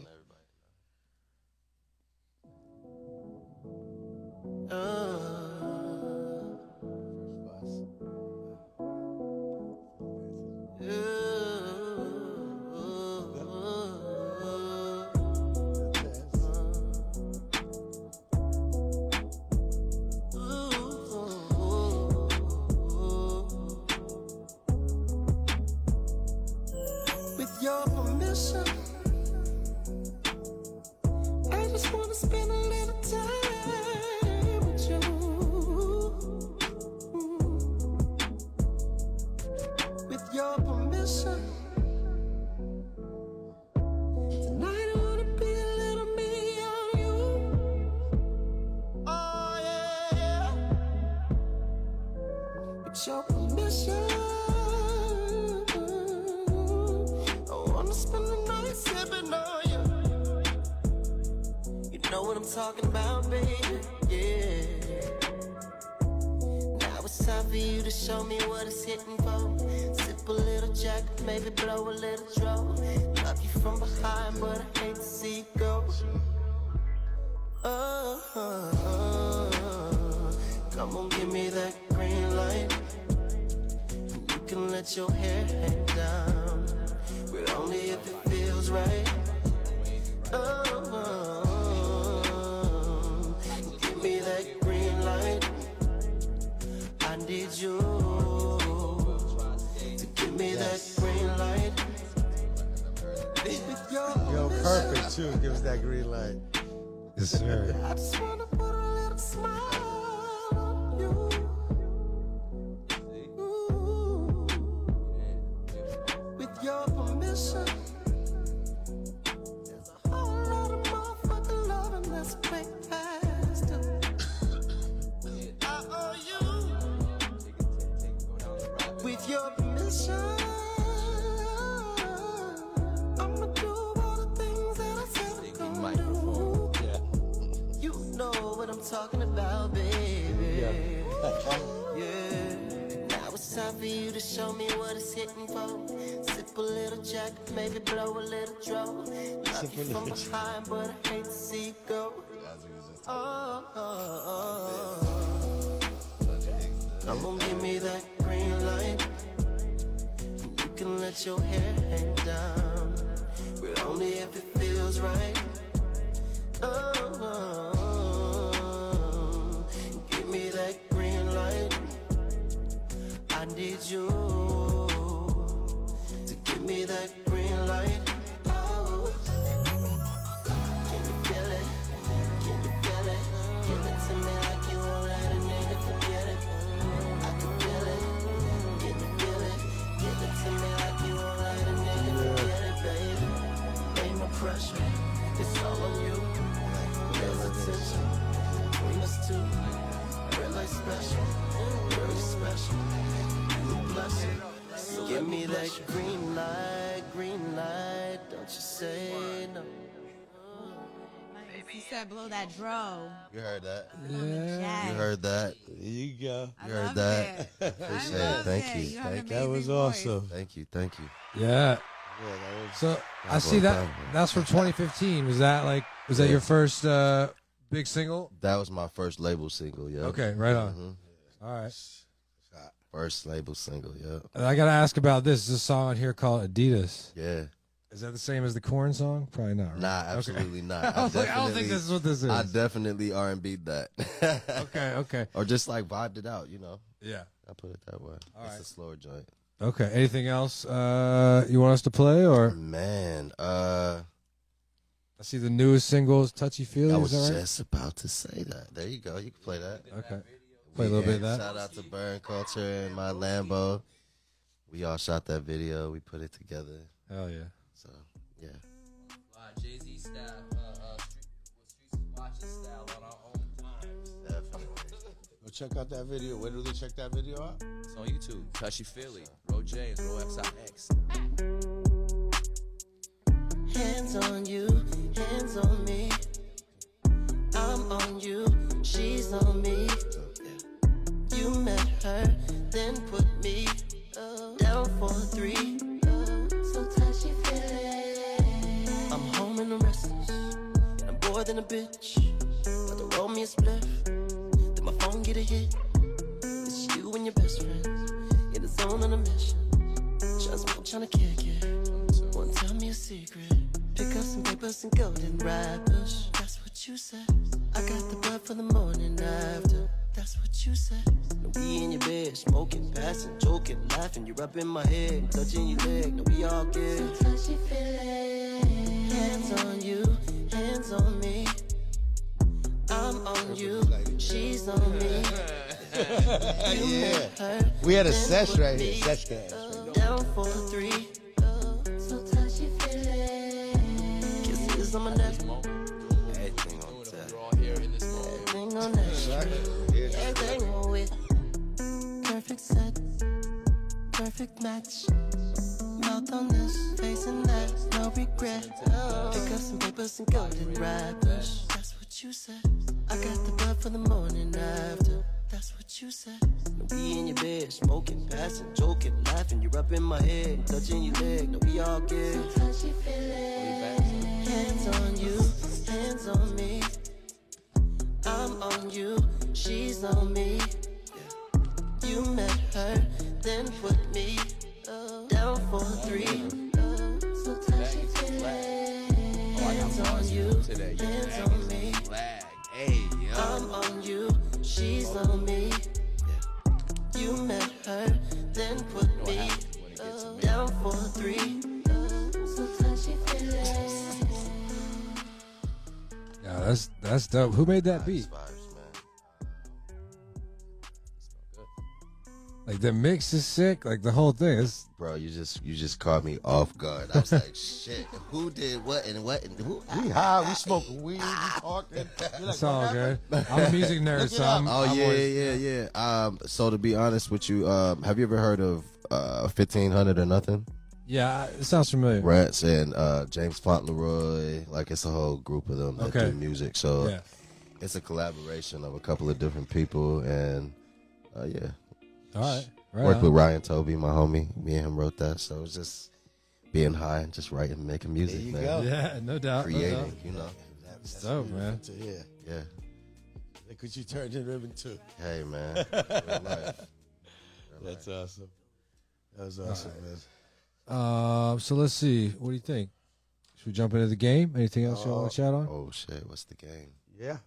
Speaker 5: with your permission. I just want to spend a little time with you. With your permission. Tonight I want to be a little me on you. Oh, yeah. With your permission, I wanna spend the night sipping on you. You know what I'm talking about, baby. Yeah. Now it's time for you to show me what it's hitting for. Sip a little jack, maybe blow a little draw. Love you from behind, but I hate to see you go. Oh, come on, give me that green light. You can let your hair hang down, but only if it feels right. Oh, give me that green light. I need you to give me that green light. With your
Speaker 3: Yo, perfect too. Give us that green light.
Speaker 1: Yes, sir.
Speaker 5: I just wanna put a little smile on you. Ooh. With your permission, there's a whole lot of motherfucking love in this big past. I owe you. With your permission, I'ma do all the things that I said I'm gonna do. You know what I'm talking about, baby. Yeah. Now it's time for you to show me what it's hitting for. Sip a little jack, maybe blow a little draw. Love you from behind, but I hate to see you go. Oh, oh, oh. Come on, give me that green light. You can let your hair hang down, but only if it feels right. Oh, give me that green light. I need you to give me that green light. Oh, can you feel it? Can you feel it? Give it to me like you won't let a nigga forget it. I can feel it. Can you feel it? Give it to me like you won't let a nigga forget it, baby. Ain't no pressure. It's
Speaker 2: He said, blow that dro.
Speaker 5: You heard that.
Speaker 2: Yeah.
Speaker 5: You heard that.
Speaker 7: There you go.
Speaker 2: I
Speaker 5: you heard
Speaker 2: loved
Speaker 5: that.
Speaker 2: it. I
Speaker 5: Appreciate it.
Speaker 2: loved
Speaker 5: Thank
Speaker 2: it.
Speaker 5: you.
Speaker 2: have an
Speaker 5: Thank you.
Speaker 7: That
Speaker 2: amazing
Speaker 7: was
Speaker 2: voice.
Speaker 7: awesome.
Speaker 5: Thank you. Thank you.
Speaker 1: Yeah.
Speaker 7: Yeah, that was.
Speaker 1: So I
Speaker 5: well
Speaker 1: see that.
Speaker 5: done.
Speaker 1: That's from 2015. Was that like? Was that
Speaker 5: Yeah.
Speaker 1: your first uh, big single?
Speaker 5: That was my first label single. Yeah.
Speaker 1: Okay, right on.
Speaker 5: Mhm.
Speaker 1: All right.
Speaker 5: First label single. Yeah.
Speaker 1: And I gotta ask about this. There's a song out here called Adidas.
Speaker 5: Yeah.
Speaker 1: Is that the same as the Corn song? Probably not. Right?
Speaker 5: Nah,
Speaker 1: Okay.
Speaker 5: absolutely not.
Speaker 1: I, was like, I don't think
Speaker 5: definitely-
Speaker 1: this is what this is.
Speaker 5: I definitely R and B'd that.
Speaker 1: okay. Okay.
Speaker 5: Or just like vibed it out, you know.
Speaker 1: Yeah.
Speaker 5: I put it that way.
Speaker 1: All
Speaker 5: it's
Speaker 1: right.
Speaker 5: a slower joint.
Speaker 1: Okay. Anything else uh, you want us to play? Or
Speaker 5: Man, uh,
Speaker 1: I see the newest singles, Touchy Feely.
Speaker 5: I
Speaker 1: Is
Speaker 5: was
Speaker 1: that right?
Speaker 5: just about to say that. There you go. You can play that.
Speaker 1: Okay. Play a little bit of that.
Speaker 5: Shout out to Burn Culture and my Lambo. We all shot that video. We put it together.
Speaker 1: Hell yeah.
Speaker 5: So yeah,
Speaker 4: Jay Z style, uh, uh, street, streets watching style on our own time.
Speaker 5: definitely.
Speaker 3: Go check out that video. Where do they check that video out?
Speaker 4: It's on YouTube. Touchy Philly, Ro James, Ro XIX.
Speaker 8: Hands on you, hands on me. I'm on you, she's on me. You met her, then put me uh, down for three. So touchy feeling. I'm home and I'm restless, and I'm more than a bitch. But to roll me a spliff, then my phone get a hit. It's you and your best friends in the zone on a mission. Just I'm trying to kick it. Won't tell me a secret. Pick up some papers and golden wrappers. That's what you said. I got the blood for the morning after. That's what you said. Now we in your bed, smoking, passing, joking, laughing. You're up in my head, touching your leg. Now we all good. touchy feeling. Hands on you, hands on me. I'm on you, she's on me.
Speaker 7: yeah.
Speaker 8: Her
Speaker 7: We had a sesh right here. Sesh dance.
Speaker 8: down for three. So touchy feeling. Kisses on my neck,
Speaker 5: Everything on tap.
Speaker 4: We're all here in this moment.
Speaker 8: everything on that. Everything on it. Perfect set, perfect match. Mouth on this, face and that, no regret. Pick up some papers and golden wrappers. That's what you said. I got the blood for the morning after. That's what you said. Now we in your bed, smoking, passing, joking, laughing. You're up in my head, touching your leg. Now we all good. Touchy feeling. Hands on you, hands on me. I'm on you, she's on me. You met her, then put me down for three. So touchy feeling. Hands on you,
Speaker 4: Today, you
Speaker 8: hands on me.
Speaker 4: lag. Hey, yo.
Speaker 8: I'm on you, she's on me. You met her, then put
Speaker 4: What
Speaker 8: me
Speaker 4: happens when it gets to me?
Speaker 8: down for three. So touchy feeling.
Speaker 1: Yeah, that's that's dope. Who made that beat?
Speaker 5: Nice vibes, man.
Speaker 1: Like the mix is sick. Like the whole thing. It's,
Speaker 5: Bro, you just you just caught me off guard. I was like, shit. Who did what and what and who?
Speaker 3: We high, we smoking weed, we talking. You're like,
Speaker 1: it's all good. I'm a music nerd,
Speaker 3: Look it
Speaker 1: so
Speaker 3: up.
Speaker 1: I'm.
Speaker 5: Oh
Speaker 1: I'm
Speaker 5: yeah,
Speaker 1: always-
Speaker 5: yeah, yeah, yeah. Um, so to be honest with you, um, have you ever heard of uh fifteen hundred or nothing?
Speaker 1: yeah. It sounds familiar.
Speaker 5: Rats and uh James Fauntleroy, like it's a whole group of them that
Speaker 1: Okay.
Speaker 5: do music. So
Speaker 1: Yeah.
Speaker 5: it's a collaboration of a couple of different people, and uh, yeah,
Speaker 1: All right. Right.
Speaker 5: worked
Speaker 1: on.
Speaker 5: with Ryan Toby, my homie. Me and him wrote that, so it's just being high and just writing, making music,
Speaker 7: you
Speaker 5: man.
Speaker 7: go.
Speaker 1: Yeah, no doubt. no doubt.
Speaker 5: Creating, you know.
Speaker 1: It's dope, man.
Speaker 3: To hear.
Speaker 5: Yeah.
Speaker 3: Look what you turned your ribbon to.
Speaker 5: Hey, man. Real life.
Speaker 7: That's awesome.
Speaker 3: That was awesome, man.
Speaker 1: Uh, so let's see. What do you think? Should we jump into the game? Anything else you want to chat on?
Speaker 5: Oh shit! What's the game?
Speaker 3: Yeah,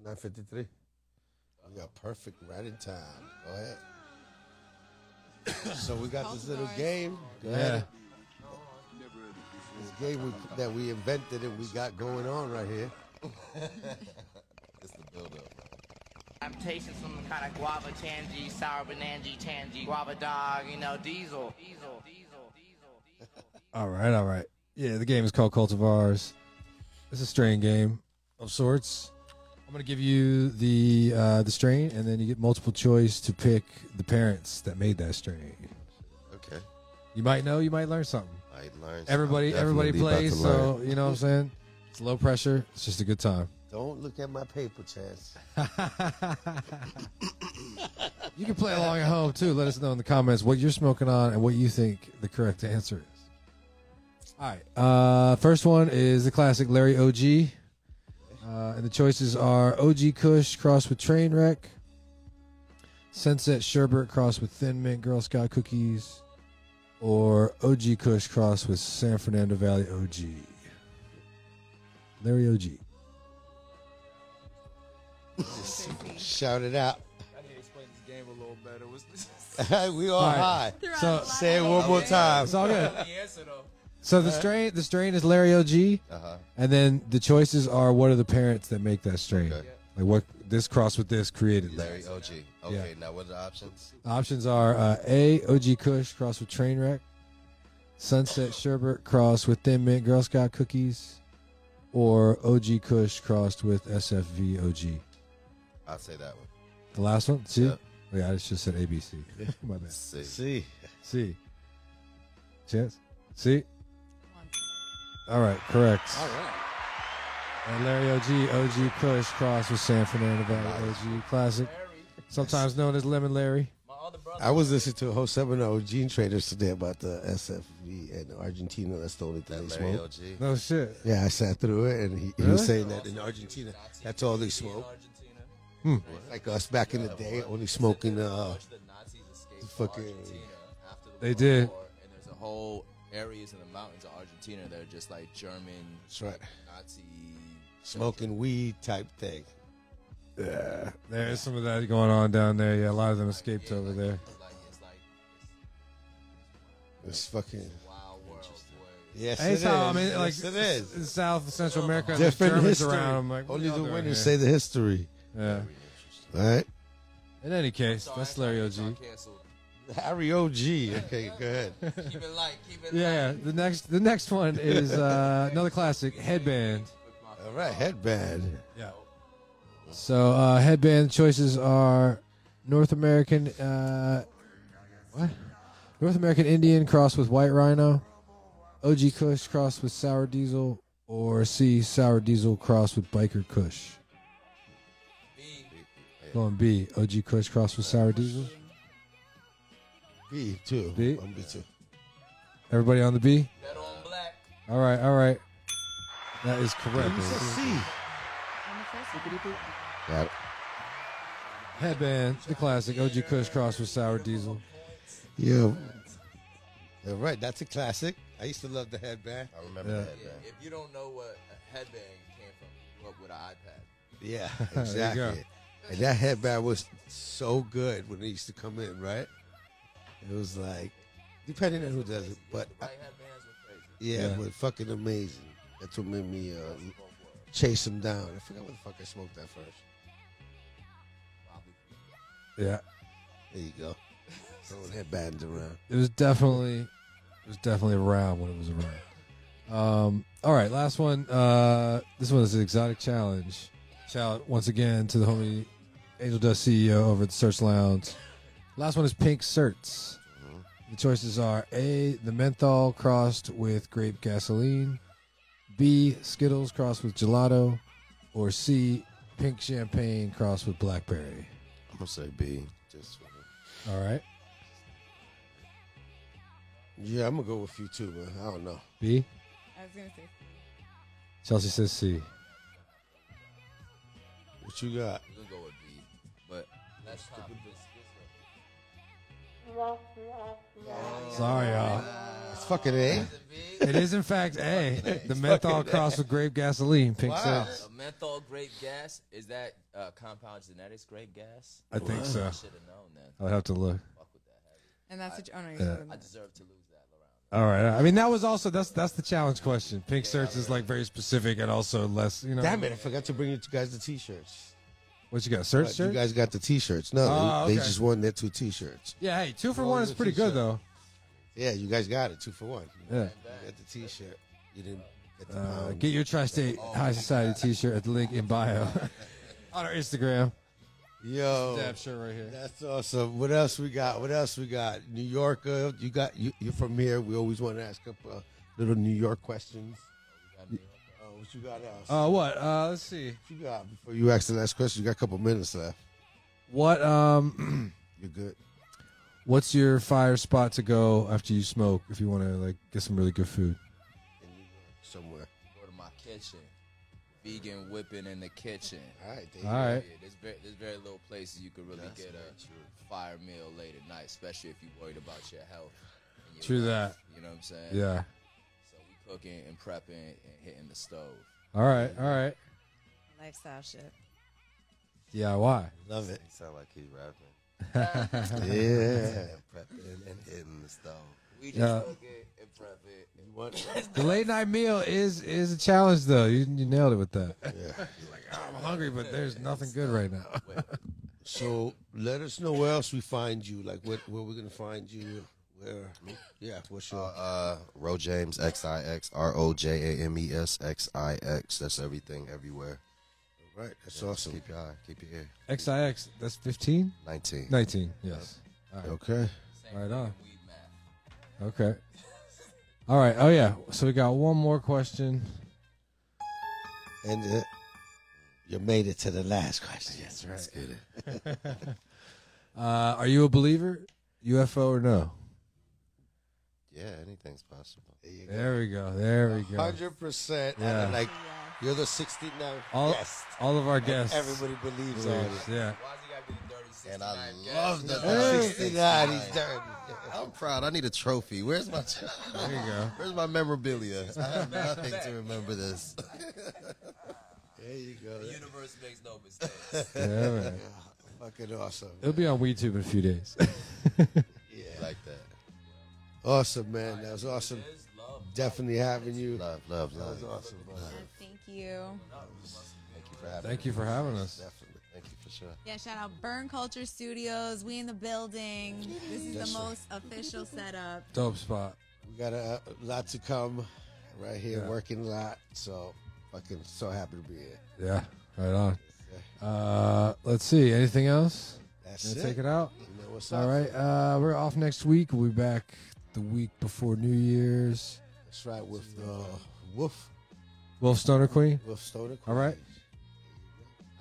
Speaker 3: 953. We got perfect right in time. Go ahead. so we got this little game. Go ahead. This game we, that we invented and we got going on right here.
Speaker 5: It's the build-up.
Speaker 9: I'm tasting some kind of guava tangy, sour bananji tangy, guava dog, you know, diesel, diesel, diesel, diesel.
Speaker 1: All right, all right. Yeah, the game is called Cultivars. It's a strain game of sorts. I'm gonna give you the uh, the strain, and then you get multiple choice to pick the parents that made that strain.
Speaker 5: Okay.
Speaker 1: You might know, you might learn something.
Speaker 5: I learned. something.
Speaker 1: Everybody,
Speaker 5: I'm
Speaker 1: everybody
Speaker 5: definitely about
Speaker 1: plays,
Speaker 5: to learn.
Speaker 1: so you know what I'm saying. It's low pressure. It's just a good time.
Speaker 3: Don't look at my paper, Chance.
Speaker 1: You can play along at home too. Let us know in the comments what you're smoking on and what you think the correct answer is. All right. Uh, first one is the classic Larry OG. Uh, and the choices are OG Kush crossed with Trainwreck, Sunset Sherbet crossed with Thin Mint Girl Scout Cookies, or OG Kush crossed with San Fernando Valley OG. Larry OG.
Speaker 3: Shout it out.
Speaker 4: I need to explain this game a little better. What's this?
Speaker 3: we all
Speaker 1: All
Speaker 3: high.
Speaker 1: right. So-
Speaker 3: Say it one more time.
Speaker 1: It's all good.
Speaker 4: the answer though.
Speaker 1: So the strain, the strain is Larry OG,
Speaker 5: Uh-huh.
Speaker 1: and then the choices are what are the parents that make that strain?
Speaker 5: Okay.
Speaker 1: Like what this cross with this created that.
Speaker 5: Larry OG. Okay, now what are the options?
Speaker 1: The options are uh, A OG Kush cross with Trainwreck, Sunset Sherbet cross with Thin Mint Girl Scout Cookies, or OG Kush crossed with SFV OG.
Speaker 5: I'll say that one.
Speaker 1: The last one, C.
Speaker 5: Yeah.
Speaker 1: Oh, yeah, I just said ABC. My bad.
Speaker 5: See.
Speaker 7: See,
Speaker 1: C. Chance. C. All right, correct.
Speaker 4: All right.
Speaker 1: And Larry OG, OG Kush cross with San Fernando Valley OG classic, sometimes known as Lemon Larry.
Speaker 4: My other brother.
Speaker 3: I was listening to a whole seminar with Gene Traders today about the SFV and Argentina. That's the only thing
Speaker 5: That
Speaker 3: they
Speaker 5: Larry
Speaker 3: smoke.
Speaker 5: OG.
Speaker 1: No shit.
Speaker 3: Yeah, I sat through it, and he, he was
Speaker 1: Really?
Speaker 3: saying that in Argentina, that's all they smoke. Like us back in the day, only smoking. Uh,
Speaker 4: the Nazis escaped
Speaker 3: the
Speaker 4: from
Speaker 3: fucking-
Speaker 4: Argentina after the
Speaker 1: They
Speaker 4: World
Speaker 1: did.
Speaker 4: War, and there's a whole areas in the mountains of Argentina that are just like German
Speaker 3: that's right,
Speaker 4: Nazi
Speaker 3: smoking weed type thing.
Speaker 1: There is some of that going on down there. Yeah, a lot of them escaped over there.
Speaker 4: Like it's like
Speaker 3: It's fucking.
Speaker 4: it's wild world, boy.
Speaker 3: Yes, it
Speaker 1: Hey,
Speaker 3: is.
Speaker 1: so, I mean, like
Speaker 3: yes, it is.
Speaker 1: s- South Central America, and there's
Speaker 3: Different
Speaker 1: Germans
Speaker 3: history.
Speaker 1: around. I'm like, what
Speaker 3: Only
Speaker 1: y'all
Speaker 3: the
Speaker 1: doing
Speaker 3: winners
Speaker 1: here?
Speaker 3: say the history.
Speaker 1: Yeah.
Speaker 3: All right,
Speaker 1: In any case,
Speaker 4: Sorry,
Speaker 1: that's
Speaker 4: I
Speaker 1: Larry
Speaker 4: got
Speaker 1: OG.
Speaker 4: canceled.
Speaker 3: Harry OG. Okay, go ahead.
Speaker 4: Keep it light. Keep it light.
Speaker 1: Yeah. The next, the next one is uh, another classic, Headband.
Speaker 4: With my
Speaker 3: All right, headband.
Speaker 1: Yeah. So uh, headband choices are North American, uh, what? North American Indian crossed with White Rhino, OG Kush crossed with Sour Diesel, or C Sour Diesel crossed with Biker Kush.
Speaker 4: B.
Speaker 1: Going B, OG Kush crossed with Sour Diesel.
Speaker 3: B too.
Speaker 1: B?
Speaker 3: I'm B too.
Speaker 1: Everybody on the B.
Speaker 4: Bet on black.
Speaker 1: All right, all right. That is correct.
Speaker 3: C.
Speaker 5: Got it.
Speaker 1: Headband, the classic. OG Kush crossed with Sour Diesel.
Speaker 3: Yeah. All right, that's a classic. I used to love the headband.
Speaker 5: I remember
Speaker 1: Yeah.
Speaker 5: that.
Speaker 4: Yeah,
Speaker 5: man.
Speaker 4: if you don't know what a headband came from, you grew up with an iPad.
Speaker 3: Yeah,
Speaker 1: There you go.
Speaker 3: exactly. And that headband was so good when it used to come in, right? It was like, depending on who does it, but uh,
Speaker 4: Right headbands were crazy.
Speaker 3: yeah,
Speaker 1: Yeah.
Speaker 3: but fucking amazing. That's what made me uh, chase him down. I forgot what the fuck I smoked that first.
Speaker 1: Yeah.
Speaker 3: There you go. Throwing headbands around.
Speaker 1: It was definitely, it was definitely around when it was around. Um, all right, last one. Uh, this one is an exotic challenge. Shout out once again to the homie Angel Dust CEO over at the Search Lounge. Last one is pink certs. The choices are A, the menthol crossed with grape gasoline, B, Skittles crossed with gelato, or C, pink champagne crossed with blackberry.
Speaker 5: I'm gonna say B. Just for
Speaker 1: All right,
Speaker 3: Yeah, I'm gonna go with you too, man. I don't know.
Speaker 1: B.
Speaker 2: I was gonna say.
Speaker 1: Chelsea says C.
Speaker 3: What you got?
Speaker 4: We're gonna go with B. But let's pop this. this
Speaker 1: Sorry, y'all.
Speaker 3: It's fucking A.
Speaker 1: It is in fact A. The menthol cross with grape gasoline. Pink
Speaker 3: Wow.
Speaker 1: sense.
Speaker 4: one. A menthol grape gas is that uh, compound genetics grape gas?
Speaker 1: I think so.
Speaker 4: I should have known that.
Speaker 1: I'll have to look.
Speaker 4: Fuck with that.
Speaker 2: And that's what. you- Oh no, you're
Speaker 1: Yeah.
Speaker 2: still
Speaker 4: I
Speaker 2: in there.
Speaker 4: deserve to lose that round.
Speaker 1: All right. I mean, that was also that's that's the challenge question. Pink search is like very specific and also less. You know.
Speaker 3: Damn it! I forgot to bring you guys the T-shirts.
Speaker 1: What you got? Search
Speaker 3: But you
Speaker 1: shirt.
Speaker 3: guys got the T-shirts. No,
Speaker 1: Oh,
Speaker 3: they
Speaker 1: okay.
Speaker 3: just won their two T-shirts.
Speaker 1: Yeah. Hey, two for
Speaker 3: Roll
Speaker 1: one is
Speaker 3: your
Speaker 1: pretty good
Speaker 3: t-shirt.
Speaker 1: though.
Speaker 3: Yeah, you guys got it two for one.
Speaker 1: Yeah.
Speaker 3: You got the T-shirt. You didn't get the
Speaker 1: Uh,
Speaker 3: pound.
Speaker 1: get your tri-state high society T-shirt at the link in bio on our Instagram.
Speaker 3: Yo,
Speaker 1: Dab shirt right here.
Speaker 3: that's awesome. What else we got? What else we got? New Yorker, you uh, got you, you're from here. We always want to ask a couple of little New York questions. Oh, What you got else?
Speaker 1: Uh, what? Uh, let's see.
Speaker 3: What you got before you ask the last question? You got a couple minutes left.
Speaker 1: What? Um,
Speaker 3: You're good.
Speaker 1: what's your fire spot to go after you smoke if you want to like get some really good food?
Speaker 3: Somewhere.
Speaker 4: Go to my kitchen. Vegan whipping in the kitchen.
Speaker 3: All right. There
Speaker 1: All right.
Speaker 4: Yeah, there's very, there's very little places you could really get a fire meal late at night, especially if you're worried about your health. and your
Speaker 1: True
Speaker 4: life, You know what I'm saying?
Speaker 1: Yeah.
Speaker 4: So we cooking and prepping and hitting the stove.
Speaker 1: All right. All right.
Speaker 2: Lifestyle shit.
Speaker 1: DIY.
Speaker 3: Love it.
Speaker 5: He sound like he's rapping.
Speaker 3: Yeah.
Speaker 5: And prepping and hitting the stove.
Speaker 4: We just
Speaker 1: Yeah.
Speaker 4: cook it and prep it.
Speaker 1: The late night meal is is a challenge though. You, you nailed it with that. You're like, "Oh, I'm hungry, but there's nothing good right now.
Speaker 3: So let us know where else we find you. Like what, where we're gonna find you. Where? Yeah. What's your?
Speaker 5: Uh, Ro James X I X R O J A M E S X I X. That's everything everywhere.
Speaker 3: right. That's
Speaker 5: Yeah,
Speaker 3: awesome.
Speaker 5: Keep your eye, keep your ear.
Speaker 1: XIX. That's 15.
Speaker 5: 19.
Speaker 1: 19. Yes.
Speaker 3: Okay.
Speaker 1: Right on.
Speaker 4: Weed math.
Speaker 1: Okay. All right. Oh yeah. So we got one more question.
Speaker 3: And uh, you made it to the last question.
Speaker 5: That's right. Let's get it.
Speaker 1: Uh, are you a believer? UFO or no?
Speaker 5: Yeah, anything's possible.
Speaker 1: There we go. There we go.
Speaker 3: Hundred percent.
Speaker 1: Yeah.
Speaker 3: And like
Speaker 2: Yeah.
Speaker 3: you're the 69th
Speaker 1: All,
Speaker 3: guest.
Speaker 1: all of our guests.
Speaker 3: Everybody believes on
Speaker 1: believes,
Speaker 3: it.
Speaker 1: Yeah.
Speaker 4: Why does it gotta be the dirty 69
Speaker 5: And I
Speaker 4: guess?
Speaker 5: love the
Speaker 1: Hey.
Speaker 3: 69. He's dirty.
Speaker 5: I'm proud. I need a trophy. Where's my
Speaker 1: There you go.
Speaker 5: Where's my memorabilia? I have nothing to remember this.
Speaker 3: There you go.
Speaker 4: The universe makes no mistakes.
Speaker 1: Yeah, man.
Speaker 3: Fucking awesome.
Speaker 1: It'll be on WeTube in a few days.
Speaker 5: like that.
Speaker 3: Awesome, man. That was awesome.
Speaker 4: There's love.
Speaker 3: Definitely having you.
Speaker 5: Love, love,
Speaker 3: That was
Speaker 5: love.
Speaker 3: awesome, bro.
Speaker 2: Yeah, Uh, Thank you.
Speaker 5: Thank you for having
Speaker 1: Thank
Speaker 5: me.
Speaker 1: you for having us.
Speaker 5: Definitely. Thank you for sure.
Speaker 2: Yeah, shout out Burn Culture Studios. We in the building. This is the most official setup.
Speaker 1: Dope spot.
Speaker 3: We got a, a lot to come right here,
Speaker 1: Yeah.
Speaker 3: working a lot. So fucking so happy to be here.
Speaker 1: Yeah. Right on. Uh, let's see. Anything else?
Speaker 3: That's
Speaker 1: Gonna
Speaker 3: it.
Speaker 1: take it out.
Speaker 3: You know what's
Speaker 1: All
Speaker 3: up.
Speaker 1: right. Uh, we're off next week. We'll be back the week before New Year's.
Speaker 3: That's right with the uh, Wolf,
Speaker 1: Wolf Stoner Queen.
Speaker 3: Wolf Stoner.
Speaker 1: All right.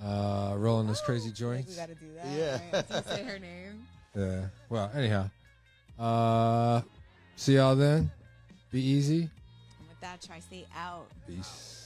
Speaker 1: Uh, rolling this crazy
Speaker 2: I think
Speaker 1: joint.
Speaker 2: we gotta do that.
Speaker 3: Yeah.
Speaker 2: right? Did you say her name?
Speaker 1: Yeah. Well, anyhow. Uh, see y'all then. Be easy.
Speaker 2: And with that, Tri-State out.
Speaker 1: Peace.